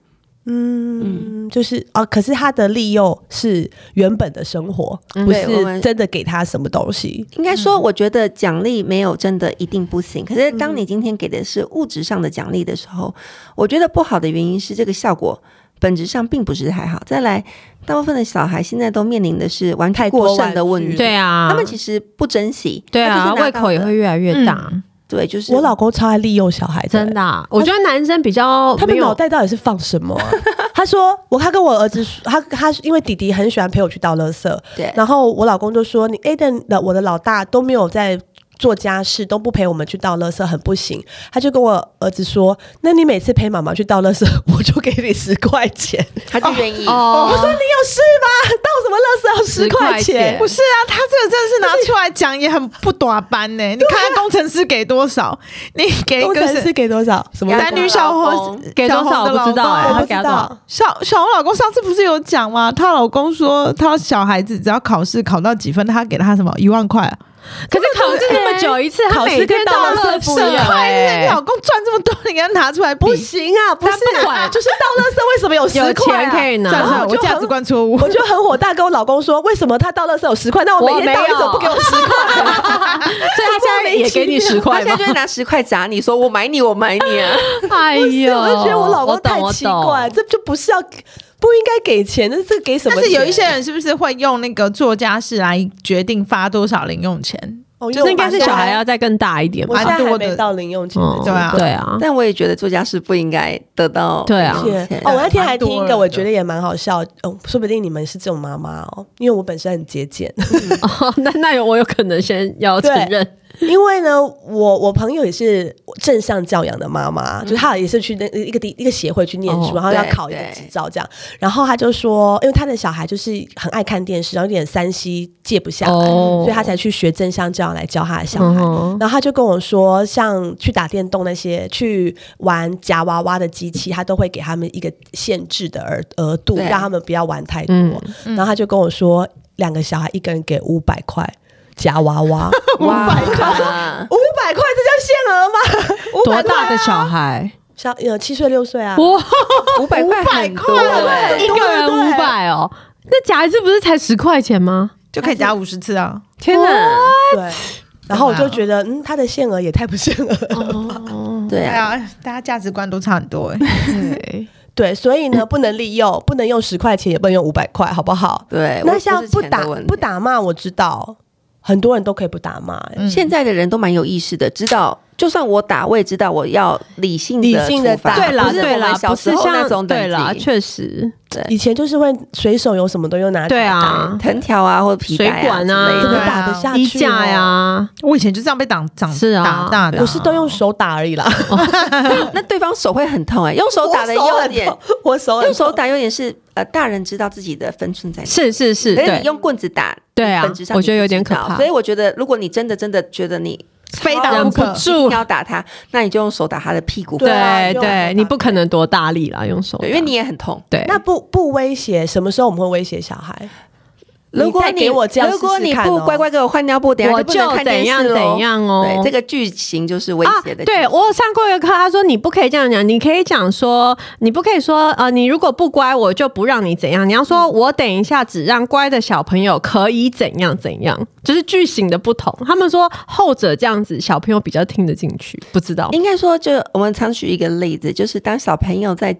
Speaker 1: 嗯，就是哦，可是他的利诱是原本的生活，不
Speaker 3: 对我
Speaker 1: 是
Speaker 3: 们
Speaker 1: 真的给他什么东西。
Speaker 3: 应该说，我觉得奖励没有真的一定不行。可是，当你今天给的是物质上的奖励的时候，我觉得不好的原因是这个效果本质上并不是太好。再来，大部分的小孩现在都面临的是玩具
Speaker 1: 太多
Speaker 3: 过剩的
Speaker 1: 玩
Speaker 3: 问
Speaker 1: 具
Speaker 3: 题，
Speaker 2: 对啊，
Speaker 3: 他们其实不珍惜，
Speaker 2: 对
Speaker 3: 他
Speaker 2: 啊，
Speaker 3: 就是拿
Speaker 2: 胃
Speaker 3: 到
Speaker 2: 口也
Speaker 3: 了
Speaker 2: 会越来越大，
Speaker 4: 嗯
Speaker 3: 对，就是
Speaker 1: 我老公超爱利诱小孩的
Speaker 2: 真的啊、我觉得男生比较
Speaker 1: 他
Speaker 2: 哦没
Speaker 1: 们
Speaker 2: 有
Speaker 1: 脑袋到底是放什么啊、 他说，我他跟我儿子说，他他因为弟弟很喜欢陪我去倒垃圾，
Speaker 3: 对
Speaker 1: 然后我老公就说，你 Aden 的我的老大都没有在。做家事都不陪我们去倒垃圾，很不行。他就跟我儿子说：“那你每次陪妈妈去倒垃圾，我就给你十块钱。
Speaker 3: 他就愿意。
Speaker 2: 哦，
Speaker 1: 我说：“你有事吗？倒什么垃圾要啊十块钱
Speaker 2: 10块钱
Speaker 4: 不是啊，他这个真的是拿出来讲也很不短班呢、你看他工程师给多少，你？”给一
Speaker 2: 哎
Speaker 1: 工
Speaker 4: 个
Speaker 1: 程师
Speaker 4: 是
Speaker 1: 给多少？什么
Speaker 3: 给
Speaker 1: 垃圾？
Speaker 4: 男女小
Speaker 3: 给多
Speaker 4: 伙
Speaker 2: 给多
Speaker 3: 少
Speaker 2: 少我不知道哎、
Speaker 1: 我
Speaker 2: 他
Speaker 1: 不
Speaker 2: 给
Speaker 1: 知
Speaker 2: 他多少
Speaker 1: 道？。
Speaker 4: 小小红老公上次不是有讲吗？她老公说，她小孩子只要考试考到几分，他给他什么一万块啊，
Speaker 2: 可是考试那么久一次，他
Speaker 1: 考试
Speaker 2: 每天
Speaker 1: 跟
Speaker 2: 到
Speaker 1: 倒垃圾
Speaker 2: 垃
Speaker 1: 不
Speaker 2: 圾
Speaker 1: 一样
Speaker 4: 快
Speaker 2: 哎
Speaker 4: 啊你老公赚这么多，你给他拿出来比
Speaker 1: 啊不，行啊，不是
Speaker 2: 他不
Speaker 1: 啊，
Speaker 2: 管
Speaker 1: 就是倒垃圾为什么有十
Speaker 2: 有
Speaker 1: 块、啊？
Speaker 2: 钱可以拿
Speaker 4: 算
Speaker 1: 然后
Speaker 4: 了，
Speaker 1: 我
Speaker 4: 我
Speaker 1: 就
Speaker 4: 价
Speaker 1: 很
Speaker 4: 值观错误
Speaker 1: 我。就很火大，跟我老公说，为什么他到垃圾有十块，那我每天
Speaker 2: 我
Speaker 1: 到
Speaker 2: 没
Speaker 1: 一
Speaker 2: 有
Speaker 1: 走不给我十块？
Speaker 2: 所以他现在也给你 十
Speaker 3: 他
Speaker 2: 块
Speaker 3: 现在
Speaker 2: 吗
Speaker 3: 就？会拿十块砸你，说我买你，我买你啊！
Speaker 2: 哎呦，
Speaker 1: 我就觉得我老公太
Speaker 2: 懂
Speaker 1: 奇怪，，这就不是要不应该给钱，那这给什么
Speaker 4: 但
Speaker 1: 钱？
Speaker 4: 是有一些人是不是会用那个做家事来决定发多少零用钱？
Speaker 1: 哦，
Speaker 2: 我
Speaker 1: 因
Speaker 2: 懂就是
Speaker 1: 为
Speaker 2: 应该是
Speaker 1: 我爸
Speaker 2: 小孩啊
Speaker 1: 妈，
Speaker 2: 要再更大一点
Speaker 1: 我
Speaker 2: 吧
Speaker 1: 现。在
Speaker 4: 蛮
Speaker 1: 还
Speaker 4: 多的
Speaker 1: 没到零用钱
Speaker 2: 嗯
Speaker 1: 的，
Speaker 4: 对啊
Speaker 2: 对啊，
Speaker 3: 但我也觉得做家事不应该得到
Speaker 2: 对啊
Speaker 3: 零用钱
Speaker 1: 哦，我那天还听一
Speaker 4: 蛮
Speaker 1: 个，
Speaker 4: 多
Speaker 1: 我
Speaker 4: 人的
Speaker 1: 觉得也蛮好笑，嗯，说不定你们是这种妈妈哦，因为我本身很节俭，
Speaker 2: 哦，那那有我有可能先要承认，
Speaker 1: 因为呢，我我朋友也是正向教养的妈妈，就是她也是去那一个地一个协会去念书，
Speaker 2: 嗯哦
Speaker 1: 然后要
Speaker 3: 对
Speaker 1: 考一个
Speaker 3: 对
Speaker 1: 执照这样。然后她就说，因为她的小孩就是很爱看电视，然后有点三 C 戒不下来，
Speaker 2: 哦
Speaker 1: 所以她才去学正向教养来教她的小孩。
Speaker 3: 哦
Speaker 2: 嗯
Speaker 1: 然后她就跟我说，像去打电动那些、去玩夹娃娃的机器，她都会给他们一个限制的额额度，
Speaker 3: 对
Speaker 1: 让他们不要玩太多。
Speaker 2: 嗯
Speaker 1: 然后她就跟我说，两个小孩一个人给五百块夹娃娃。
Speaker 3: 哇，哇
Speaker 1: 五百块，这叫限额吗？五
Speaker 2: 多
Speaker 1: 百
Speaker 3: 啊
Speaker 2: 大的小孩？
Speaker 1: 小呃七岁六岁啊，
Speaker 2: 哇，
Speaker 3: 五百块很多欸，
Speaker 2: 一个人
Speaker 1: 对
Speaker 2: 五百哦，那夹一次不是才十块钱吗？
Speaker 4: 就可以加五十次啊！
Speaker 3: 天哪！
Speaker 1: 对。然后我就觉得，嗯，他的限额也太不限额了，
Speaker 2: 哦
Speaker 3: 对
Speaker 4: 对
Speaker 3: 啊，
Speaker 4: 啊，大家价值观都差很多 哎、
Speaker 2: 对，
Speaker 1: 对，所以呢，不能利用，不能用十块钱，也不能用五百块，好不好？
Speaker 3: 对，
Speaker 1: 那
Speaker 3: 我
Speaker 1: 像
Speaker 3: 是
Speaker 1: 不
Speaker 3: 钱的
Speaker 1: 打
Speaker 3: 问题
Speaker 1: 不，打骂，我知道很多人都可以不打骂、欸
Speaker 3: 现在的人都蛮有意识的，知道。就算我打，我也知道我要理性
Speaker 1: 理性地
Speaker 3: 处罚，
Speaker 1: 打对
Speaker 2: 啦，
Speaker 3: 不是
Speaker 2: 对
Speaker 3: 我
Speaker 2: 啦
Speaker 3: 们，小
Speaker 2: 不
Speaker 3: 时
Speaker 2: 是
Speaker 3: 候那
Speaker 2: 像
Speaker 3: 种
Speaker 2: 对啦，
Speaker 3: 等级，
Speaker 2: 确实，
Speaker 1: 以前就是会随手有什么东西就拿起来
Speaker 2: 对啊
Speaker 1: 打，
Speaker 3: 藤条啊或者皮带
Speaker 2: 水管啊
Speaker 3: 之类
Speaker 1: 怎么
Speaker 3: 的
Speaker 4: 对啊
Speaker 1: 打得下去、
Speaker 2: 衣架呀，
Speaker 4: 我以前就这样被打长
Speaker 2: 是啊
Speaker 4: 打大的、
Speaker 1: 我是都用手打而已啦，
Speaker 3: 那对方手会很痛哎、用手打的
Speaker 1: 我手
Speaker 3: 优
Speaker 1: 很
Speaker 3: 点
Speaker 1: 痛，，我手很
Speaker 3: 用手
Speaker 1: 痛
Speaker 3: 打优点是呃，大人知道自己的分寸在哪，
Speaker 2: 是是是，
Speaker 3: 可是
Speaker 2: 对
Speaker 3: 你哎用棍子打，
Speaker 2: 对啊
Speaker 3: 本质上
Speaker 2: 我觉得
Speaker 3: 你不
Speaker 2: 有点
Speaker 3: 知道
Speaker 2: 可怕
Speaker 3: 所以我觉得，如果你真的真的觉得你
Speaker 4: 非打不
Speaker 2: 忍不
Speaker 4: 可。
Speaker 2: 住
Speaker 3: 一定要打他，那你就用手打他的屁股，
Speaker 1: 对啊
Speaker 2: 对
Speaker 1: 用手打
Speaker 2: 对，你不可能多大力啦，用手打，
Speaker 3: 对因为你也很痛。
Speaker 2: 对
Speaker 1: 那不不威胁，什么时候我们会威胁小孩？
Speaker 3: 如果
Speaker 1: 你再给我这样
Speaker 3: 如果
Speaker 1: 试试
Speaker 3: 你
Speaker 1: 看
Speaker 3: 不
Speaker 1: 哦
Speaker 3: 乖乖给我换尿布，等一下
Speaker 2: 我
Speaker 3: 就不能看电
Speaker 2: 怎样
Speaker 3: 视咯
Speaker 2: 怎样哦，
Speaker 3: 对，这个剧情就是威胁的、
Speaker 2: 啊。对，我有上过一个课，他说你不可以这样讲，你可以讲说，你不可以说，呃，你如果不乖，我就不让你怎样。你要说，我等一下只让乖的小朋友可以怎样怎样，就是句型的不同。他们说后者这样子，小朋友比较听得进去，不知道。
Speaker 3: 应该说，就我们常举一个例子，就是当小朋友在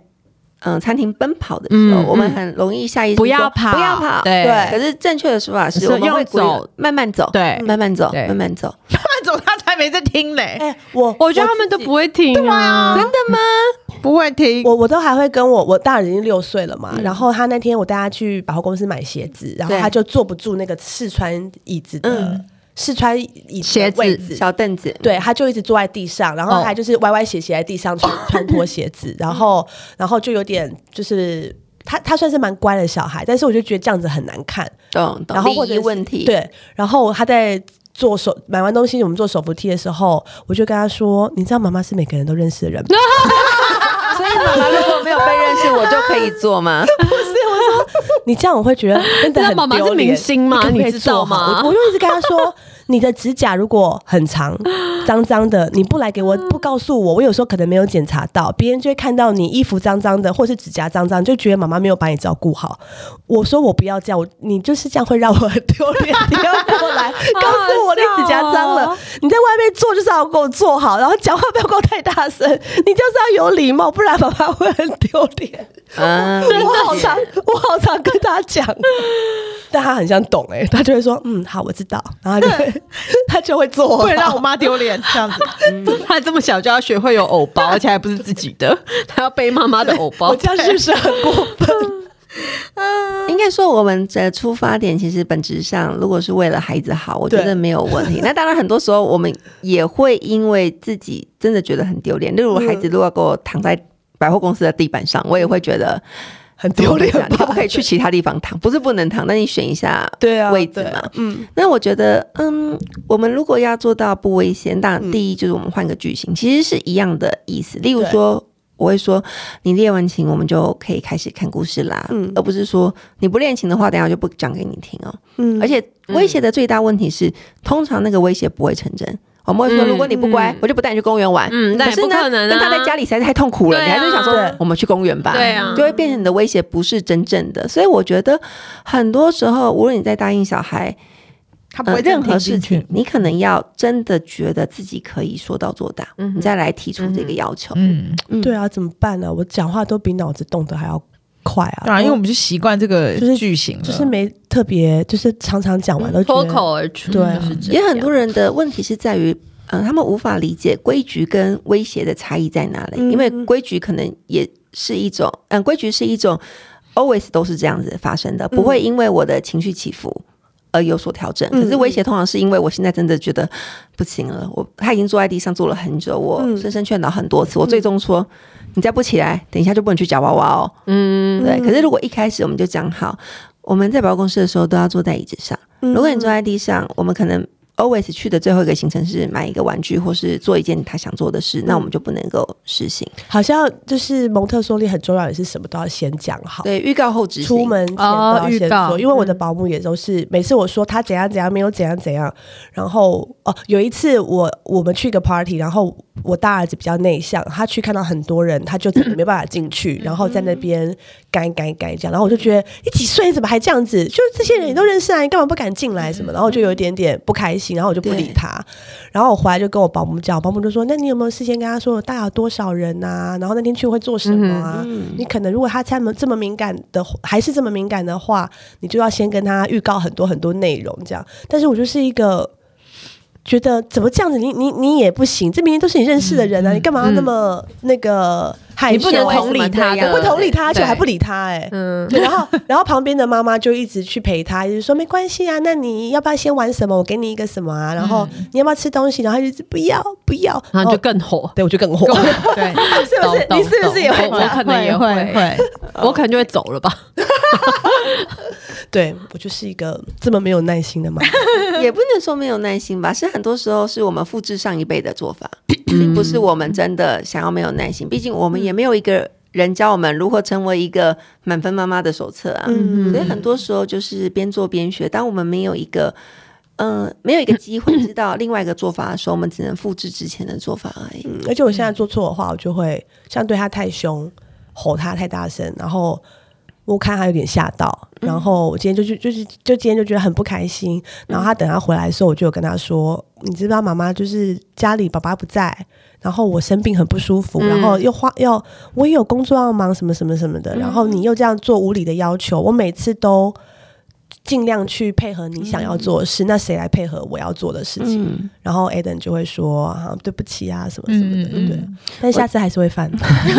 Speaker 3: 嗯、呃餐厅奔跑的时候，
Speaker 2: 嗯
Speaker 3: 我们
Speaker 2: 嗯
Speaker 3: 很容易下意识
Speaker 2: 不要
Speaker 3: 说
Speaker 2: 跑
Speaker 3: 不要跑。
Speaker 2: 对
Speaker 3: 可是正确的说法是，
Speaker 2: 是
Speaker 3: 我们会
Speaker 2: 用
Speaker 3: 鼓励
Speaker 2: 走
Speaker 3: 慢慢走，
Speaker 2: 对
Speaker 3: 慢慢走，
Speaker 2: 对
Speaker 3: 慢慢走。
Speaker 4: 慢走他才没在听嘞，
Speaker 1: 哎、我
Speaker 2: 我觉得他们
Speaker 1: 自
Speaker 2: 都
Speaker 1: 己
Speaker 2: 不会听、啊，
Speaker 3: 真的吗？
Speaker 4: 不会听。
Speaker 1: 我我都还会跟我我大儿已经六岁了嘛，然后他那天我带他去百货公司买鞋子，然后
Speaker 3: 嗯对嗯
Speaker 1: 他就坐不住那个试穿椅子的试、穿椅子
Speaker 2: 鞋
Speaker 1: 的
Speaker 2: 子
Speaker 1: 位置，
Speaker 3: 小哦凳子，
Speaker 1: 对，他就一直坐在地上，然后他就是歪歪斜斜在地上 穿、穿脱鞋子，然后
Speaker 3: 嗯
Speaker 1: 然后就有点就是他他算是蛮乖的小孩，但是我就觉得这样子很难看，
Speaker 3: 懂懂。
Speaker 1: 然后
Speaker 3: 礼
Speaker 1: 或者
Speaker 3: 仪
Speaker 1: 是
Speaker 3: 问题，，
Speaker 1: 对，然后他在。做手买完东西，我们做手扶梯的时候，我就跟他说：“你知道妈妈是每个人都认识的人吗
Speaker 3: 所以妈 妈如果没有被认识，我就可以做吗？
Speaker 1: 你这样我会觉得真的
Speaker 2: 那
Speaker 1: 很
Speaker 2: 妈妈
Speaker 1: 丢
Speaker 2: 是
Speaker 1: 脸
Speaker 2: 明星吗
Speaker 1: 可不可以
Speaker 2: 你知道吗
Speaker 1: 做好我我就一直跟他说，你的指甲如果很 长、脏脏的，你不来给我，不告诉我，我有时候可能没有检查到，别人就会看到你衣服脏脏的，或是指甲脏脏，就觉得妈妈没有把你照顾好。我说我不要这样，我你就是这样会让我很丢脸。你要过来告诉我你指甲脏
Speaker 2: 好好笑
Speaker 1: 了
Speaker 2: 哦，
Speaker 1: 你在外面做就是要给我做好，然后讲话不要给我太大声，你就是要有礼貌，不然妈妈会很丢脸。
Speaker 3: 啊，
Speaker 1: 嗯我好常，我好常跟他讲， 但他很像懂哎、他就会说，嗯，好，我知道，然后他就会 他就会做，
Speaker 4: 不 能让我妈丢脸，这样子
Speaker 2: 他这么小就要学会有偶包，而且还不是自己的，他要背妈妈的偶包
Speaker 1: 我。这样是不是很过分？
Speaker 3: 应该说，我们的出发点其实本质上，如果是为了孩子好，我觉
Speaker 1: 对
Speaker 3: 得没有问题。那当然，很多时候我们也会因为自己真的觉得很丢脸，例如
Speaker 1: 嗯
Speaker 3: 我孩子如果给我躺在百货公司的地板上，我也会觉得
Speaker 1: 很丢脸
Speaker 3: 你可
Speaker 1: 吧？
Speaker 3: 不可以去其他地方躺？不是不能躺，那你选一下
Speaker 1: 对啊，
Speaker 3: 位置
Speaker 1: 对
Speaker 3: 嘛。
Speaker 1: 嗯，
Speaker 3: 那我觉得，嗯，我们如果要做到不危险，
Speaker 2: 嗯
Speaker 3: 当然第一就是我们换个句型，其实是一样的意思。例如说，我会说你练完琴，我们就可以开始看故事啦，
Speaker 1: 嗯
Speaker 3: 而不是说你不练琴的话，等一下我就不讲给你听哦。
Speaker 1: 嗯
Speaker 3: 而且威胁的最大问题是，通常那个威胁不会成真。我们会说，
Speaker 2: 嗯
Speaker 3: 如果你不乖，
Speaker 2: 嗯
Speaker 3: 我就不带你去公园玩。
Speaker 2: 嗯，但
Speaker 3: 可
Speaker 2: 也
Speaker 3: 是
Speaker 2: 不
Speaker 3: 呢，
Speaker 2: 可能
Speaker 3: 那
Speaker 2: 啊。
Speaker 3: 他在家里实在是太痛苦了，
Speaker 2: 对
Speaker 3: 你
Speaker 2: 啊
Speaker 3: 还是想
Speaker 1: 对
Speaker 3: 说我们去公园吧，
Speaker 2: 对啊
Speaker 3: 就会变成你的威胁不是真正的。所以我觉得很多时候，无论你在答应小孩，
Speaker 4: 他不
Speaker 3: 呃，
Speaker 4: 会
Speaker 3: 任
Speaker 4: 真的
Speaker 3: 何
Speaker 4: 听
Speaker 3: 事
Speaker 4: 进
Speaker 3: 情
Speaker 4: 去。，
Speaker 3: 你可能要真的觉得自己可以说到做到，
Speaker 2: 嗯哼
Speaker 3: 你再来提出这个要求。
Speaker 4: 嗯，
Speaker 3: 嗯
Speaker 1: 对啊，怎么办呢、我讲话都比脑子动的还要快啊，
Speaker 4: 对啊，因为我们就习惯这个
Speaker 1: 就是
Speaker 4: 句型了，
Speaker 1: 就是没特别，就是常常讲完都觉
Speaker 2: 脱
Speaker 1: 得
Speaker 2: 口而出，
Speaker 1: 对啊
Speaker 2: 就是这
Speaker 3: 也
Speaker 2: 样
Speaker 3: 很多人的问题是在于，嗯、他们无法理解规矩跟威胁的差异在哪里，
Speaker 1: 嗯
Speaker 3: 因为规矩可能也是一种，嗯、规矩是一种 always 都是这样子发生的，不会因为我的情绪起伏。而有所调整，
Speaker 1: 嗯
Speaker 3: 可是威胁通常是因为我现在真的觉得不行了，我他已经坐在地上坐了很久，我
Speaker 1: 嗯
Speaker 3: 深深劝导很多次，我最终说、你再不起来，等一下就不能去夹娃娃哦。
Speaker 2: 嗯，
Speaker 3: 对，
Speaker 1: 嗯
Speaker 3: 可是如果一开始我们就讲好，我们在保公司的时候都要坐在椅子上。
Speaker 1: 嗯
Speaker 3: 如果你坐在地上，我们可能 always 去的最后一个行程是买一个玩具或是做一件他想做的事，那我们就不能够实行。
Speaker 1: 好像就是蒙特梭利很重要，也是什么都要先讲好。
Speaker 3: 对，预告后执行。
Speaker 1: 出门前都要先
Speaker 2: 哦预告
Speaker 1: 说，因为我的保姆也都是、每次我说她怎样怎样没有怎样怎样，然后哦有一次我我们去一个 party，然后我大儿子比较内向，他去看到很多人，他就真的没办法进去，然后在那边干干干这样，然后我就觉得你几岁怎么还这样子？就这些人你都认识啊，你干嘛不敢进来什么？然后我就有一点点不开心，然后我就不理
Speaker 3: 对
Speaker 1: 他，然后我回来就跟我保姆讲，我保姆就说那你有没有事先跟他说我大概有多少人啊？然后那天去会做什么啊？
Speaker 3: 嗯
Speaker 1: 你可能如果他这么这么敏感
Speaker 2: 嗯
Speaker 1: 的，还是这么敏感的话，你就要先跟他预告很多很多内容这样。但是我就是一个觉得怎么这样子，你你你也不行，这明明都是你认识的人啊，你干嘛要那么、那个害羞？
Speaker 2: 嗯你不能同理
Speaker 1: 我
Speaker 2: 他
Speaker 3: 我
Speaker 1: 不
Speaker 2: 的，
Speaker 1: 同理他，而且
Speaker 2: 对
Speaker 1: 我还不理他、哎。
Speaker 2: 嗯，
Speaker 1: 对，然后然后旁边的妈妈就一直去陪他，一直说没关系啊，那你要不要先玩什么？我给你一个什么啊？然后你要不要吃东西？然后他就一直不要不要，哦
Speaker 2: 然后就更火。
Speaker 1: 对我就更 火，
Speaker 4: 对，
Speaker 1: 是不是？
Speaker 2: 懂
Speaker 1: 你是不
Speaker 2: 懂
Speaker 1: 是也会
Speaker 2: 懂
Speaker 1: 这
Speaker 2: 我
Speaker 1: 样？
Speaker 2: 可能也
Speaker 4: 会
Speaker 2: 会
Speaker 4: 会，
Speaker 2: 我可能就会走了吧。
Speaker 1: 对我就是一个这么没有耐心的妈妈。
Speaker 3: 也不能说没有耐心吧，是很多时候是我们复制上一辈的 做法，并不是我们真的想要没有耐心。毕竟我们也没有一个人教我们如何成为一个满分妈妈的手册啊。
Speaker 1: 嗯
Speaker 3: 所以很多时候就是边做边学。当我们没有一个嗯、呃没有一个机会知道另外一个做法的时候，我们只能复制之前的做法而已。
Speaker 1: 嗯而且我现在做错的话，我就会像对他太凶，吼他太大声，然后我看他有点吓到，然后我今天就去，就是就今天就觉得很不开心。然后他等他回来的时候，我就有跟他说：“你知不知道妈妈就是家里爸爸不在，然后我生病很不舒服，
Speaker 2: 嗯
Speaker 1: 然后又花要我也有工作要忙，什么什么什么的。然后你又这样做无理的要求，我每次都尽量去配合你想要做的事，那谁来配合我要做的事情？”
Speaker 3: 嗯，
Speaker 1: 然后 Aden 就会说：“啊，对不起啊，什么什么的，
Speaker 4: 嗯嗯
Speaker 1: 对。”但下次还是会犯。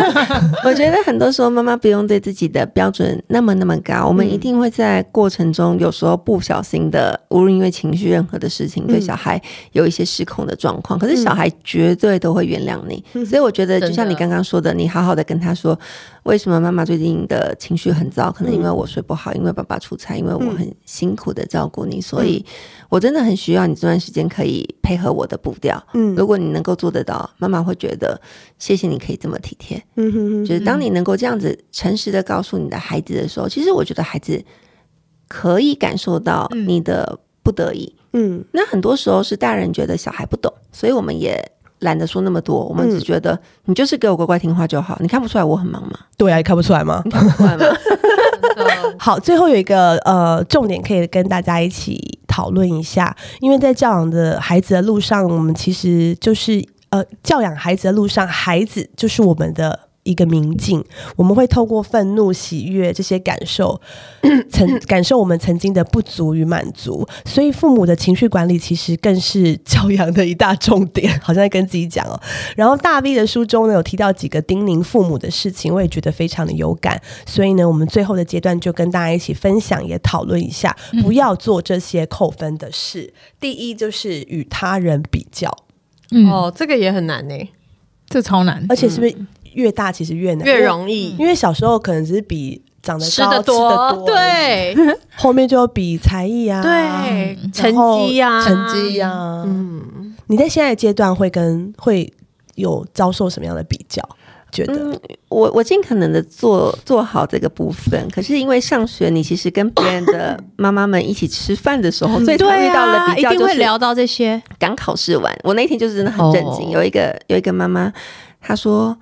Speaker 3: 我觉得很多时候妈妈不用对自己的标准那么那么高，我们一定会在过程中有时候不小心的，无论因为情绪任何的事情，对小孩有一些失控的状况，可是小孩绝对都会原谅你。所以我觉得，就像你刚刚说的，你好好的跟他说，为什么妈妈最近的情绪很糟？可能因为我睡不好，因为爸爸出差，因为我很辛苦的照顾你，所以我真的很需要你这段时间可以配合我的步调。
Speaker 1: 嗯
Speaker 3: 如果你能够做得到，妈妈会觉得谢谢你可以这么体贴。
Speaker 1: 嗯哼哼
Speaker 3: 就是当你能够这样子诚实的告诉你的孩子的时候，其实我觉得孩子可以感受到
Speaker 2: 嗯
Speaker 3: 你的不得已。
Speaker 1: 嗯
Speaker 3: 那很多时候是大人觉得小孩不懂，所以我们也懒得说那么多，我
Speaker 2: 嗯
Speaker 3: 们只觉得、你就是给我乖乖听话就好。你看不出来我很忙吗？
Speaker 1: 对啊，你看不出来吗？
Speaker 3: 出来吗？
Speaker 2: 嗯
Speaker 1: 好，最后有一个呃重点可以跟大家一起讨论一下，因为在教养的孩子的路上，我们其实就是呃教养孩子的路上，孩子就是我们的。一个明镜，我们会透过愤怒、喜悦这些感受，曾感受我们曾经的不足与满足，所以父母的情绪管理其实更是教养的一大重点， 好像在跟自己讲哦。然后大 V 的书中呢有提到几个叮咛父母的事情，我也觉得非常的有感，所以呢，我们最后的阶段就跟大家一起分享，也讨论一下，不要做这些扣分的事。第一就是与他人比较，
Speaker 4: 嗯，
Speaker 2: 哦，这个也很难呢、
Speaker 4: 这超难。
Speaker 1: 而且是不是越大其实嗯越难？
Speaker 2: 越容易
Speaker 1: 因为，因为小时候可能只是比长得高、
Speaker 2: 嗯吃嗯
Speaker 1: 吃
Speaker 2: 的
Speaker 1: 得多，，
Speaker 2: 对
Speaker 1: 后面就有比才艺啊，
Speaker 2: 对，
Speaker 3: 嗯
Speaker 1: 然
Speaker 2: 成
Speaker 1: 后
Speaker 2: 绩啊呀，
Speaker 1: 成绩呀。
Speaker 2: 嗯，
Speaker 1: 你在现在的阶段会跟会有遭受什么样的比较？觉得、
Speaker 3: 嗯，我我尽可能的做做好这个部分。可是因为上学，你其实跟别人的 妈妈们一起吃饭的时候，最常
Speaker 2: 对
Speaker 3: 遇到
Speaker 2: 啊，
Speaker 3: 的比
Speaker 2: 一
Speaker 3: 较
Speaker 2: 定
Speaker 3: 就
Speaker 2: 会
Speaker 3: 是
Speaker 2: 聊到这些，
Speaker 3: 刚考试完，我那天就是真的很震惊。
Speaker 2: 哦
Speaker 3: 有一个有一个妈妈，她说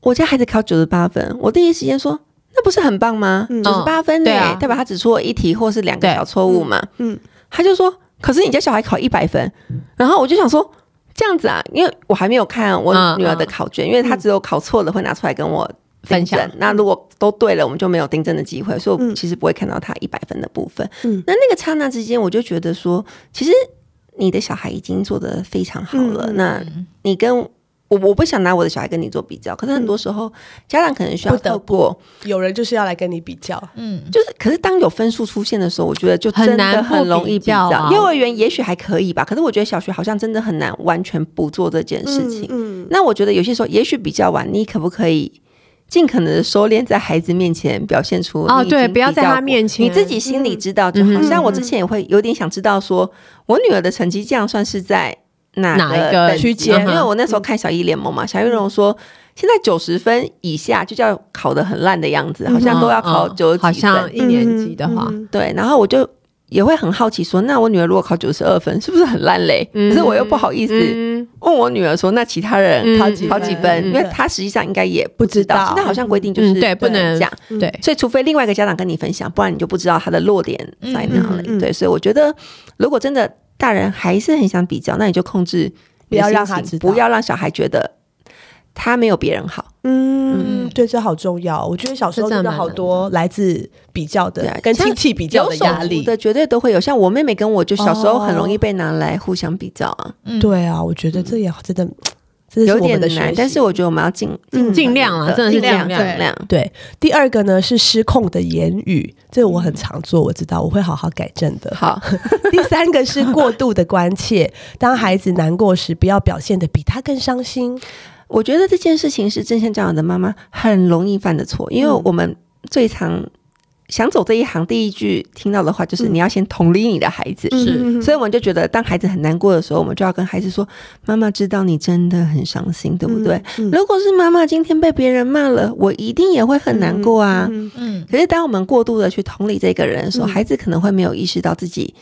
Speaker 3: 我家孩子考九十八分，我第一时间说那不是很棒吗？
Speaker 1: 嗯
Speaker 3: 九十八分呢、欸
Speaker 2: 对啊
Speaker 3: 代表他只出了一题或是两个
Speaker 2: 对
Speaker 3: 小错误嘛。
Speaker 1: 嗯
Speaker 3: 嗯，她就说可是你家小孩考一百分，然后我就想说。这样子啊，因为我还没有看我
Speaker 2: 嗯
Speaker 3: 女儿的考卷，因为她只有考错了会拿出来跟我
Speaker 2: 分享
Speaker 3: 订正那如果都对了，我们就没有订正的机会，所以我其实不会看到他一百分的部分。
Speaker 1: 嗯
Speaker 3: 那那个刹那之间，我就觉得说，其实你的小孩已经做得非常好了。
Speaker 1: 嗯
Speaker 3: 那你跟我，我不想拿我的小孩跟你做比较，可是很多时候、家长可能需要
Speaker 1: 不得
Speaker 3: 透过，
Speaker 1: 有人就是要来跟你比较，
Speaker 4: 嗯，
Speaker 3: 就是可是当有分数出现的时候，我觉得就
Speaker 2: 很
Speaker 3: 真的
Speaker 2: 难不
Speaker 3: 很容易
Speaker 2: 比较啊
Speaker 3: 幼儿园也许还可以吧，可是我觉得小学好像真的很难完全不做这件事情。
Speaker 1: 嗯，
Speaker 3: 那我觉得有些时候，也许比较晚，你可不可以尽可能的收敛，在孩子面前表现出
Speaker 2: 哦
Speaker 3: 你已经
Speaker 2: 对不要在
Speaker 3: 比较
Speaker 2: 他面前
Speaker 3: 过你自己心里知道就好。
Speaker 2: 嗯嗯
Speaker 3: 像我之前也会有点想知道说，我女儿的成绩这样算是在哪
Speaker 2: 哪一个
Speaker 3: 个等级啊
Speaker 2: 区间嗯
Speaker 3: 因为我那时候看小一联盟嘛，小一联盟说。现在九十分以下就叫考得很烂的样子，好像都要考
Speaker 2: 嗯
Speaker 3: 九十
Speaker 2: 好
Speaker 3: 几分。
Speaker 2: 像一年级的话，
Speaker 1: 嗯
Speaker 3: 对，然后我就也会很好奇说，那我女儿如果考九十二分，是不是很烂嘞？
Speaker 2: 嗯
Speaker 3: 可是我又不好意思
Speaker 2: 嗯，
Speaker 3: 问我女儿说，那其他人
Speaker 2: 嗯
Speaker 3: 考几
Speaker 2: 嗯
Speaker 3: 考几
Speaker 2: 嗯
Speaker 3: 分？因为她实际上应该也不
Speaker 1: 不
Speaker 3: 知
Speaker 1: 知
Speaker 3: 道，
Speaker 1: 道
Speaker 3: 现在好像规定就
Speaker 2: 嗯
Speaker 3: 是
Speaker 2: 对不能
Speaker 3: 讲，
Speaker 2: 对，
Speaker 3: 所以除非另外一个家长跟你分享，不然你就不知道他的落点在哪
Speaker 1: 嗯嗯嗯
Speaker 3: 里。对，所以我觉得如果真的大人还是很想比较，那你就控制
Speaker 1: 不
Speaker 3: 你的
Speaker 1: 要让
Speaker 3: 心
Speaker 1: 他知
Speaker 3: 情
Speaker 1: 道
Speaker 3: 不要让小孩觉得他没有别人好。
Speaker 1: 嗯，对，这好重要。我觉得小时候
Speaker 2: 这
Speaker 1: 真
Speaker 2: 真
Speaker 1: 的
Speaker 2: 的
Speaker 1: 好多来自比较
Speaker 3: 对
Speaker 1: 的
Speaker 3: 啊，
Speaker 1: 跟
Speaker 3: 像
Speaker 1: 亲戚比较
Speaker 3: 有
Speaker 1: 的
Speaker 3: 手
Speaker 1: 压
Speaker 3: 足
Speaker 1: 力。
Speaker 3: 的绝对都会有，像我妹妹跟我就小时候
Speaker 1: 哦
Speaker 3: 很容易被拿来互相比较啊，
Speaker 4: 嗯，
Speaker 1: 对啊，我觉得这也真的，这是
Speaker 3: 有
Speaker 1: 我
Speaker 3: 点
Speaker 1: 们的学
Speaker 3: 难
Speaker 1: 习。。
Speaker 3: 但是我觉得我们要尽
Speaker 1: 嗯
Speaker 2: 尽量啊
Speaker 3: 啊，
Speaker 2: 真的是
Speaker 3: 尽
Speaker 2: 尽
Speaker 3: 量
Speaker 2: 量
Speaker 3: 尽量。
Speaker 1: 对，第二个呢是失控的言语，这个我
Speaker 3: 嗯
Speaker 1: 很常做，我知道我会好好改正的。
Speaker 3: 好，
Speaker 1: 第三个是过度的关切，当孩子难过时，不要表现的比他更伤心。
Speaker 3: 我觉得这件事情是正向教养的妈妈很容易犯的错，因
Speaker 1: 嗯
Speaker 3: 为我们最常想走这一行，第一句听到的话就是
Speaker 1: 嗯
Speaker 3: 你要先同理你的孩子。
Speaker 1: 嗯
Speaker 3: 所以我们就觉得，当孩子很难过的时候，我们就要跟孩子说：“妈妈知道你真的很伤心，对不对？
Speaker 1: 嗯
Speaker 3: 如果是妈妈今天被别人骂了，我一定也会很难过啊。
Speaker 1: 嗯
Speaker 4: 嗯
Speaker 3: 可是当我们过度的去同理这个人的时候，孩子可能会没有意识到自己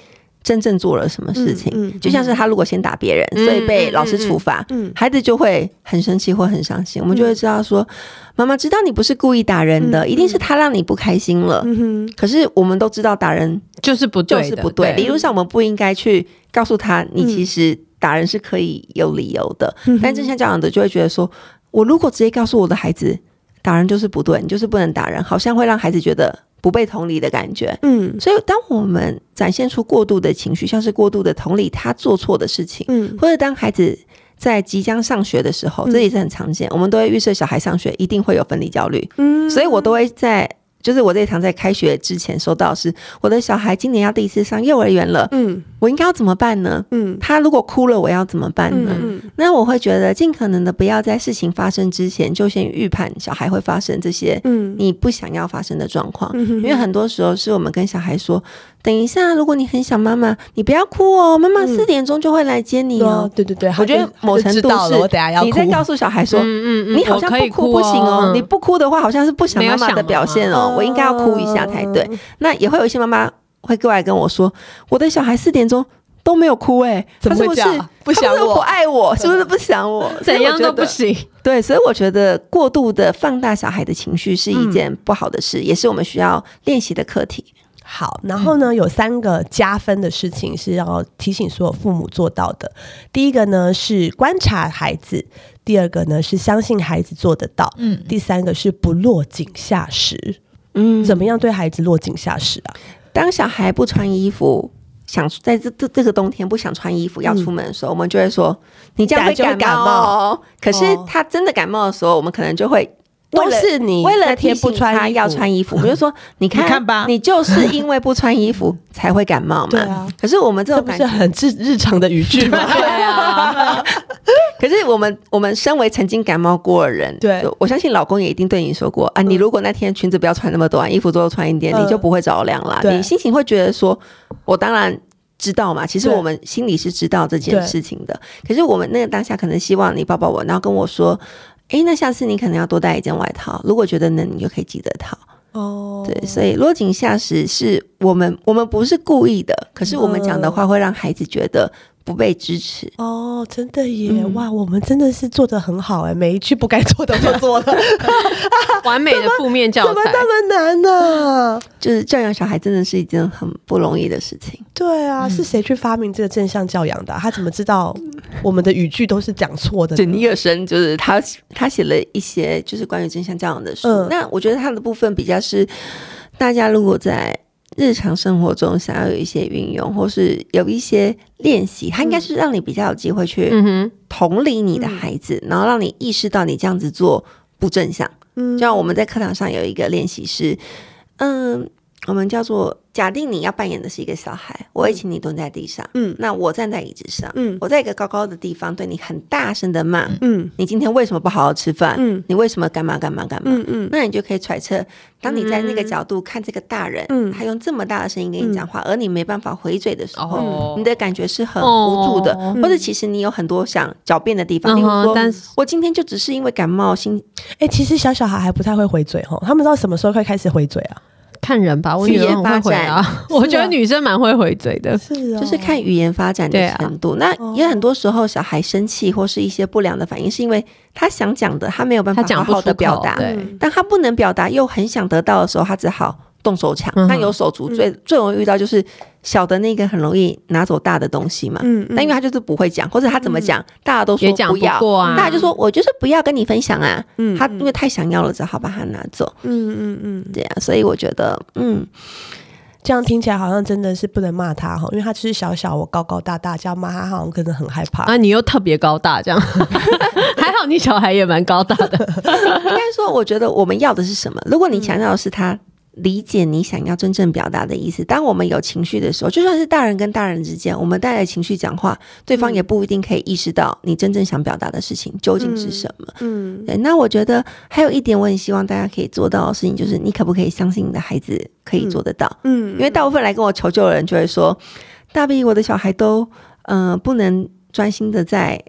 Speaker 3: 真正做了什么事情。
Speaker 5: 嗯嗯
Speaker 3: 就像是他如果先打别人，
Speaker 2: 嗯
Speaker 3: 所以被老师处罚，
Speaker 5: 嗯嗯嗯
Speaker 3: 孩子就会很生气或很伤心。我们就会知道说，妈妈知道你不是故意打人的，一定是他让你不开心了。
Speaker 5: 嗯哼，
Speaker 3: 可是我们都知道打人
Speaker 2: 就是不对
Speaker 3: 就
Speaker 2: 的，
Speaker 3: 是不对，理论上我们不应该去告诉他，你其实打人是可以有理由的。
Speaker 1: 嗯
Speaker 5: 嗯
Speaker 3: 但正向教养的就会觉得说，我如果直接告诉我的孩子打人就是不对，你就是不能打人，好像会让孩子觉得不被同理的感觉。
Speaker 5: 嗯
Speaker 3: 所以，当我们展现出过度的情绪，像是过度的同理他做错的事情，
Speaker 5: 嗯
Speaker 3: 或者当孩子在即将上学的时候，
Speaker 5: 嗯
Speaker 3: 这也是很常见。我们都会预设小孩上学一定会有分离焦虑，
Speaker 5: 嗯，
Speaker 3: 所以我都会在。就是我这一堂在开学之前收到的是我的小孩今年要第一次上幼儿园了，
Speaker 5: 嗯
Speaker 3: 我应该要怎么办呢？
Speaker 5: 嗯
Speaker 3: 他如果哭了，我要怎么办呢？
Speaker 5: 嗯
Speaker 3: 那我会觉得尽可能的不要在事情发生之前就先预判小孩会发生这些
Speaker 5: 嗯
Speaker 3: 你不想要发生的状况，
Speaker 5: 嗯哼
Speaker 3: 因为很多时候是我们跟小孩说，等一下，如果你很想妈妈，你不要哭哦，妈
Speaker 1: 嗯
Speaker 3: 妈四点钟就会来接你哦。
Speaker 1: 对对对，
Speaker 3: 我觉得某程度
Speaker 1: 到
Speaker 3: 是
Speaker 1: 了，我等下啊要
Speaker 3: 你在
Speaker 1: 哭。
Speaker 3: 告诉小孩说，
Speaker 2: 嗯嗯嗯，
Speaker 3: 你好
Speaker 2: 我
Speaker 3: 像
Speaker 2: 可
Speaker 3: 不
Speaker 2: 以
Speaker 3: 哭
Speaker 2: 哭
Speaker 3: 不行哦，
Speaker 2: 嗯
Speaker 3: 你不哭的话好像是不想妈妈的表现
Speaker 1: 没有想妈
Speaker 3: 哦
Speaker 1: 妈，
Speaker 3: 我应该要哭一下才对。那也会有一些妈妈会过来跟我说，我的小孩四点钟都没有哭哎、
Speaker 1: 怎
Speaker 3: 他
Speaker 1: 么
Speaker 3: 是
Speaker 1: 会
Speaker 3: 不
Speaker 1: 这
Speaker 3: 是
Speaker 1: 样不想
Speaker 3: 他是不是
Speaker 1: 我
Speaker 3: 不爱我，是不是不想我？ 所
Speaker 2: 怎
Speaker 3: 以我
Speaker 2: 样
Speaker 3: 觉
Speaker 2: 都
Speaker 3: 得
Speaker 2: 不行，
Speaker 3: 对，所以我觉得过度的放大小孩的情绪是一件不好的事，也是我们需要练习的课题。
Speaker 1: 好，然后
Speaker 3: 嗯
Speaker 1: 呢，有三个加分的事情是要提醒所有父母做到的。第一个呢是观察孩子，第二个呢是相信孩子做得到，
Speaker 4: 嗯，
Speaker 1: 第三个是不落井下石。
Speaker 3: 嗯
Speaker 1: 怎么样对孩子落井下石啊？
Speaker 3: 当小孩不穿衣服，想在这这这个冬天不想穿衣服要出门的时候，我们就会说你这样会
Speaker 1: 等下
Speaker 3: 感
Speaker 1: 就会
Speaker 3: 冒哦。可是
Speaker 1: 哦
Speaker 3: 他真的感冒的时候，我们可能就会为
Speaker 1: 都
Speaker 3: 了。
Speaker 1: 是你
Speaker 3: 为了
Speaker 1: 那
Speaker 3: 提
Speaker 1: 天
Speaker 3: 醒
Speaker 1: 不穿
Speaker 3: 他
Speaker 1: 衣服
Speaker 3: 要穿衣服，我就说：“你看，
Speaker 4: 你看吧
Speaker 3: 你就是因为不穿衣服才会感冒嘛。”
Speaker 1: 对啊。
Speaker 3: 可是我们这
Speaker 1: 这
Speaker 3: 种
Speaker 1: 不
Speaker 3: 感
Speaker 1: 是
Speaker 3: 觉，
Speaker 1: 很日日常的语句 吗？
Speaker 2: 对啊，
Speaker 3: 可是我们我们身为曾经感冒过的人，
Speaker 1: 对
Speaker 3: 我相信老公也一定对你说过啊，你如果那天裙子不要穿那么短，衣服多穿一点，
Speaker 1: 嗯
Speaker 3: 你就不会着凉啦。
Speaker 1: 对
Speaker 3: 你心情会觉得说，我当然知道嘛，其实
Speaker 1: 对
Speaker 3: 我们心里是知道这件
Speaker 1: 对
Speaker 3: 事情的。可是我们那个当下可能希望你抱抱我，然后跟我说。诶，那下次你可能要多带一件外套。如果觉得冷，你就可以记得套。
Speaker 1: 哦
Speaker 3: 对，所以落井下石是我们我们不是故意的，可是我们讲的话会让孩子觉得不被支持。
Speaker 1: 哦，真的耶！
Speaker 3: 嗯
Speaker 1: 哇，我们真的是做的很好哎，每一句不该做的 都做了，
Speaker 2: 完美的负面教
Speaker 1: 怎么
Speaker 2: 材，
Speaker 1: 那么难呢、
Speaker 3: 就是教养小孩真的是一件很不容易的事情。
Speaker 1: 对
Speaker 3: 嗯
Speaker 1: 啊，是谁去发明这个正向教养的啊、他怎么知道我们的语句都是讲错 的呢？
Speaker 3: 简尼尔森就是他，他写了一些就是关于正向教养的书。
Speaker 1: 嗯
Speaker 3: 那我觉得他的部分比较是大家如果在日常生活中想要有一些运用，或是有一些练习，它应该是让你比较有机会去
Speaker 2: 嗯哼，嗯
Speaker 3: 同理你的孩子，然后让你意识到你这样子做不正向。
Speaker 1: 嗯
Speaker 3: 就像我们在课堂上有一个练习是，嗯，我们叫做假定你要扮演的是一个小孩，我会请你蹲在地上，
Speaker 5: 嗯
Speaker 3: 那我站在椅子上，
Speaker 5: 嗯
Speaker 3: 我在一个高高的地方对你很大声的骂，
Speaker 5: 嗯
Speaker 3: 你今天为什么不好好吃饭？
Speaker 5: 嗯
Speaker 3: 你为什么干嘛干嘛干嘛？
Speaker 5: 嗯嗯
Speaker 3: 那你就可以揣测，当你在那个角度看这个大人，
Speaker 5: 嗯
Speaker 3: 他用这么大的声音跟你讲话，而你没办法回嘴的时候，
Speaker 2: 哦
Speaker 3: 你的感觉是很无助的，
Speaker 2: 哦
Speaker 3: 或
Speaker 5: 嗯
Speaker 3: 者其实你有很多想狡辩的地方，
Speaker 2: 嗯
Speaker 3: 例如
Speaker 2: 哼
Speaker 3: 说，
Speaker 2: 但是
Speaker 3: 我今天就只是因为感冒心
Speaker 1: 哎、其实小小孩还不太会回嘴吼，他们到什么时候会开始回嘴啊？
Speaker 2: 看人吧，我女儿很会回啊， 我觉得女生蛮会回嘴的，
Speaker 1: 是啊、
Speaker 3: 呃就是看语言发展
Speaker 2: 对
Speaker 3: 的
Speaker 2: 啊
Speaker 3: 程度。那也很多时候，小孩生气或是一些不良的反应，是因为他想讲的，他没有办
Speaker 2: 她
Speaker 3: 法
Speaker 2: 讲
Speaker 3: 好
Speaker 2: 不
Speaker 3: 好
Speaker 2: 出
Speaker 3: 的表
Speaker 2: 口，
Speaker 1: 嗯
Speaker 3: 达，
Speaker 2: 对，
Speaker 3: 但他不能表达又很想得到的时候，他只好动手抢。
Speaker 2: 嗯哼
Speaker 3: 那有手足最最容易遇到就是小的那个很容易拿走大的东西嘛。
Speaker 5: 嗯，
Speaker 3: 但因为他就是不会讲，或者他怎么讲，大家都
Speaker 2: 嗯
Speaker 3: 说
Speaker 2: 也讲
Speaker 3: 不要，
Speaker 2: 过啊，
Speaker 3: 大家就说我就是不要跟你分享啊。
Speaker 5: 嗯
Speaker 3: 他因为太想要了，只好把它拿走。
Speaker 5: 嗯嗯嗯
Speaker 3: 对啊，所以我觉得，嗯，
Speaker 1: 这样听起来好像真的是不能骂他哈，因为他就是小小，我高高大大，这样骂他好像可能很害怕。
Speaker 2: 啊，你又特别高大， 这样还好，你小孩也蛮高大的，
Speaker 3: 应该说，我觉得我们要的是什么？如果你强调的是他理解你想要真正表达的意思，当我们有情绪的时候，就算是大人跟大人之间，我们带着情绪讲话，对
Speaker 5: 嗯
Speaker 3: 方也不一定可以意识到你真正想表达的事情究竟是什么。
Speaker 5: 嗯
Speaker 3: 对，那我觉得还有一点，我很希望大家可以做到的事情，就是你可不可以相信你的孩子可以做得到？
Speaker 5: 嗯，
Speaker 3: 因为大部分来跟我求救的人就会说：“大 B，我的小孩都嗯、呃不能专心的在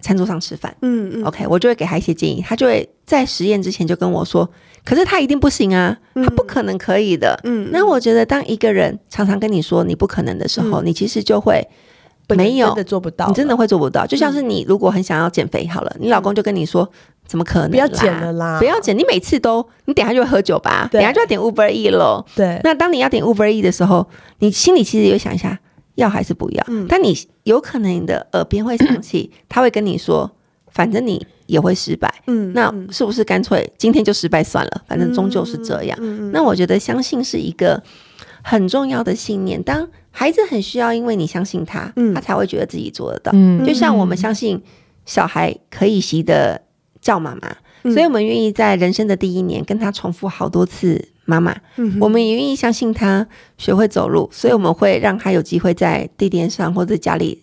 Speaker 3: 餐桌上吃饭。
Speaker 1: 嗯嗯
Speaker 3: OK，我就会给他一些建议，他就会在实验之前就跟我说，可是他一定不行啊，他不可能可以的。
Speaker 1: 嗯
Speaker 3: 那我觉得，当一个人常常跟你说你不可能的时候，你其实就会
Speaker 1: 本人
Speaker 3: 没有
Speaker 1: 真的做嗯不到了，嗯
Speaker 3: 你真的会做不到。就像是你如果很想要减肥好了，你老公就跟你说：“怎么可能啦？
Speaker 1: 不要减了啦
Speaker 3: 不要减！你每次都，你等一下就会喝酒吧，
Speaker 1: 对
Speaker 3: 等一下就要点 Uber E 喽。”
Speaker 1: 对，
Speaker 3: 那当你要点 Uber E 的时候，你心里其实也会想一下，要还是不要？
Speaker 1: 嗯
Speaker 3: 但你有可能你的耳边会想 起，他会跟你说：“反正你也会失败。”
Speaker 1: 嗯
Speaker 3: 那
Speaker 1: 嗯
Speaker 3: 是不是干脆今天就失败算了？反正终究是这
Speaker 1: 嗯
Speaker 3: 样。那我觉得相信是一个很重要的信念。当孩子很需要，因为你相信他，
Speaker 1: 嗯
Speaker 3: 他才会觉得自己做得到。
Speaker 2: 嗯
Speaker 3: 就像我们相信小孩可以习的叫妈妈，
Speaker 1: 嗯
Speaker 3: 所以我们愿意在人生的第一年跟他重复好多次妈妈。
Speaker 1: 嗯
Speaker 3: 我们也愿意相信他学会走路，所以我们会让他有机会在地垫上或者家里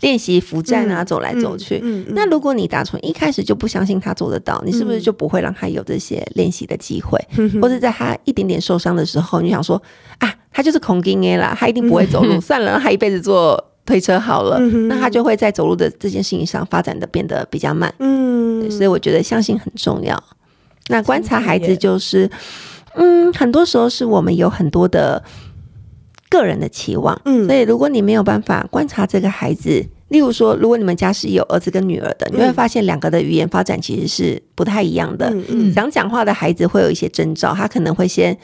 Speaker 3: 练习扶站啊，走来走去。
Speaker 1: 嗯嗯
Speaker 3: 那如果你打从一开始就不相信他做得到，你是不是就不会让他有这些练习的机会？
Speaker 1: 嗯
Speaker 3: 或者在他一点点受伤的时候，你就想说啊，他就是恐惊 A 啦，他一定不会走
Speaker 1: 嗯
Speaker 3: 路，算了，让他一辈子坐推车好了。那他就会在走路的这件事情上发展的变得比较慢。
Speaker 1: 嗯
Speaker 3: 对所以我觉得相信很重要。那观察孩
Speaker 1: 真的
Speaker 3: 子
Speaker 1: 耶
Speaker 3: 就是，嗯，很多时候是我们有很多的个人的期望，
Speaker 1: 嗯
Speaker 3: 所以如果你没有办法观察这个孩子，例如说，如果你们家是有儿子跟女儿的，你会发现两个的语言发展其实是不太一样的。
Speaker 1: 嗯嗯
Speaker 3: 想讲话的孩子会有一些征兆，他可能会先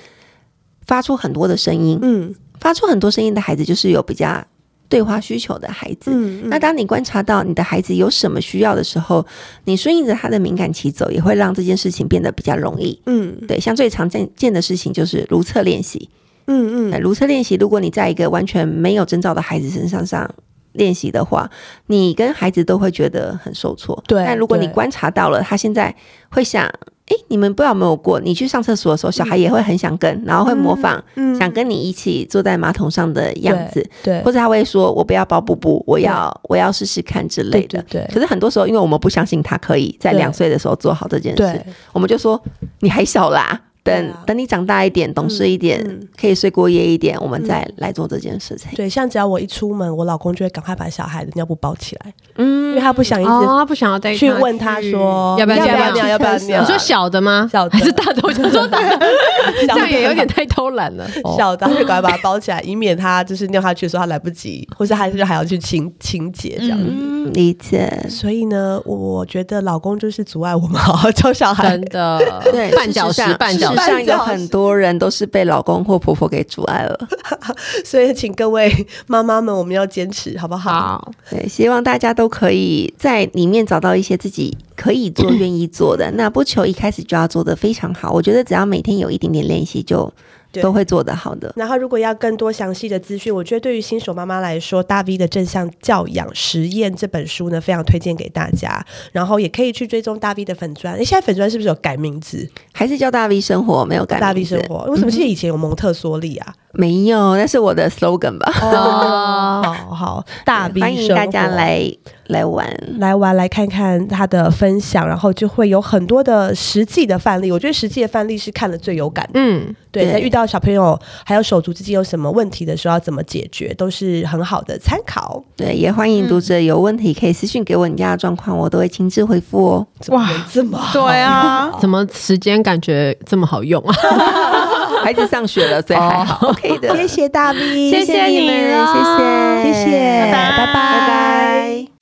Speaker 3: 发出很多的声音，
Speaker 1: 嗯
Speaker 3: 发出很多声音的孩子就是有比较对话需求的孩子。
Speaker 1: 嗯
Speaker 3: 那当你观察到你的孩子有什么需要的时候，你顺应着他的敏感期走，也会让这件事情变得比较容易。
Speaker 1: 嗯
Speaker 3: 对，像最常见见的事情就是如厕练习。
Speaker 1: 嗯
Speaker 3: 那如厕练习，如果你在一个完全没有征兆的孩子身上上练习的话，你跟孩子都会觉得很受挫。
Speaker 1: 对
Speaker 3: 但如果你
Speaker 1: 对
Speaker 3: 观察到了，他现在会想，诶，你们不知道有没有过，你去上厕所的时候，小孩也会很想跟，然后会模仿，
Speaker 1: 嗯
Speaker 3: 想跟你一起坐在马桶上的样子。
Speaker 1: 对
Speaker 3: 或者他会说：“我不要包布布，我要我要试试看之类
Speaker 1: 对
Speaker 3: 的。
Speaker 1: 对对
Speaker 3: 可是很多时候，因为我们不相信他可以在
Speaker 1: 对
Speaker 3: 两岁的时候做好这件事
Speaker 1: 对，
Speaker 3: 我们就说你还小啦，
Speaker 1: 对
Speaker 3: 等、
Speaker 1: 啊
Speaker 3: 等你长大一点、懂事一点、
Speaker 1: 嗯
Speaker 3: 可以睡过夜一点，我们再来做这件事情。
Speaker 1: 对，像只要我一出门，我老公就会赶快把小孩的尿布包起来，因为
Speaker 3: 嗯，
Speaker 1: 他不想一
Speaker 2: 哦，
Speaker 1: 直
Speaker 2: 他不想要再
Speaker 1: 去问他说
Speaker 2: 要不
Speaker 1: 要
Speaker 2: 要这
Speaker 1: 不
Speaker 2: 样
Speaker 1: 要？尿，要不要尿。
Speaker 2: 你说小的吗？
Speaker 1: 小的
Speaker 2: 还是大的？我想说大的，这样也有点太偷懒了。哦
Speaker 1: 小的，他就赶快把它包起来，以免他就是尿下去的时候他来不及，或是他就还要去清清洁这样。
Speaker 3: 嗯，理解。
Speaker 1: 所以呢，我觉得老公就是阻碍我们好好教小孩
Speaker 2: 真。的，
Speaker 3: 对，
Speaker 2: 绊脚石
Speaker 3: 事实，上
Speaker 2: 绊脚
Speaker 3: 事实
Speaker 2: 石。
Speaker 3: 上有很多人都是被老公或婆婆给阻碍了。
Speaker 1: 所以，请各位妈妈们，我们要坚持，好不好？
Speaker 2: 好，
Speaker 3: 对，希望大家都可以在里面找到一些自己可以做、愿意 做的。那不求一开始就要做的非常好，我觉得只要每天有一点点练习，就
Speaker 1: 对
Speaker 3: 都会做得好的。
Speaker 1: 然后，如果要更多详细的资讯，我觉得对于新手妈妈来说，《大 V 的正向教养实验》这本书呢，非常推荐给大家。然后也可以去追踪大 V 的粉砖。诶，现在粉砖是不是有改名字？
Speaker 3: 还是叫大 V 生活，没有改
Speaker 1: 大 V
Speaker 3: 名字
Speaker 1: 生活？为什么记得以前有蒙特梭利啊？
Speaker 3: 没有，那是我的 slogan 吧。
Speaker 2: 哦
Speaker 1: 好好，大 V
Speaker 3: 欢迎
Speaker 1: 生
Speaker 3: 大家
Speaker 1: 活
Speaker 3: 来来玩。
Speaker 1: 来玩来看看他的分享，然后就会有很多的实际的范例。我觉得实际的范例是看了最有感的。
Speaker 2: 嗯，
Speaker 1: 对，
Speaker 3: 对
Speaker 1: 在遇到小朋友还有手足之间有什么问题的时候，要怎么解决，都是很好的参考。
Speaker 3: 对，也欢迎读者有问题可以私信给我你家的状况，我都会亲自回复 哦。
Speaker 4: 哇，
Speaker 1: 这么好
Speaker 4: 对啊，
Speaker 2: 怎么时间感觉这么好用啊？
Speaker 3: 孩子上学了，所以还好、o k 的。
Speaker 1: 谢谢大 V，
Speaker 2: 谢谢
Speaker 3: 谢你们，
Speaker 2: 你啦
Speaker 3: 谢谢，
Speaker 1: 谢谢拜拜
Speaker 3: 拜拜。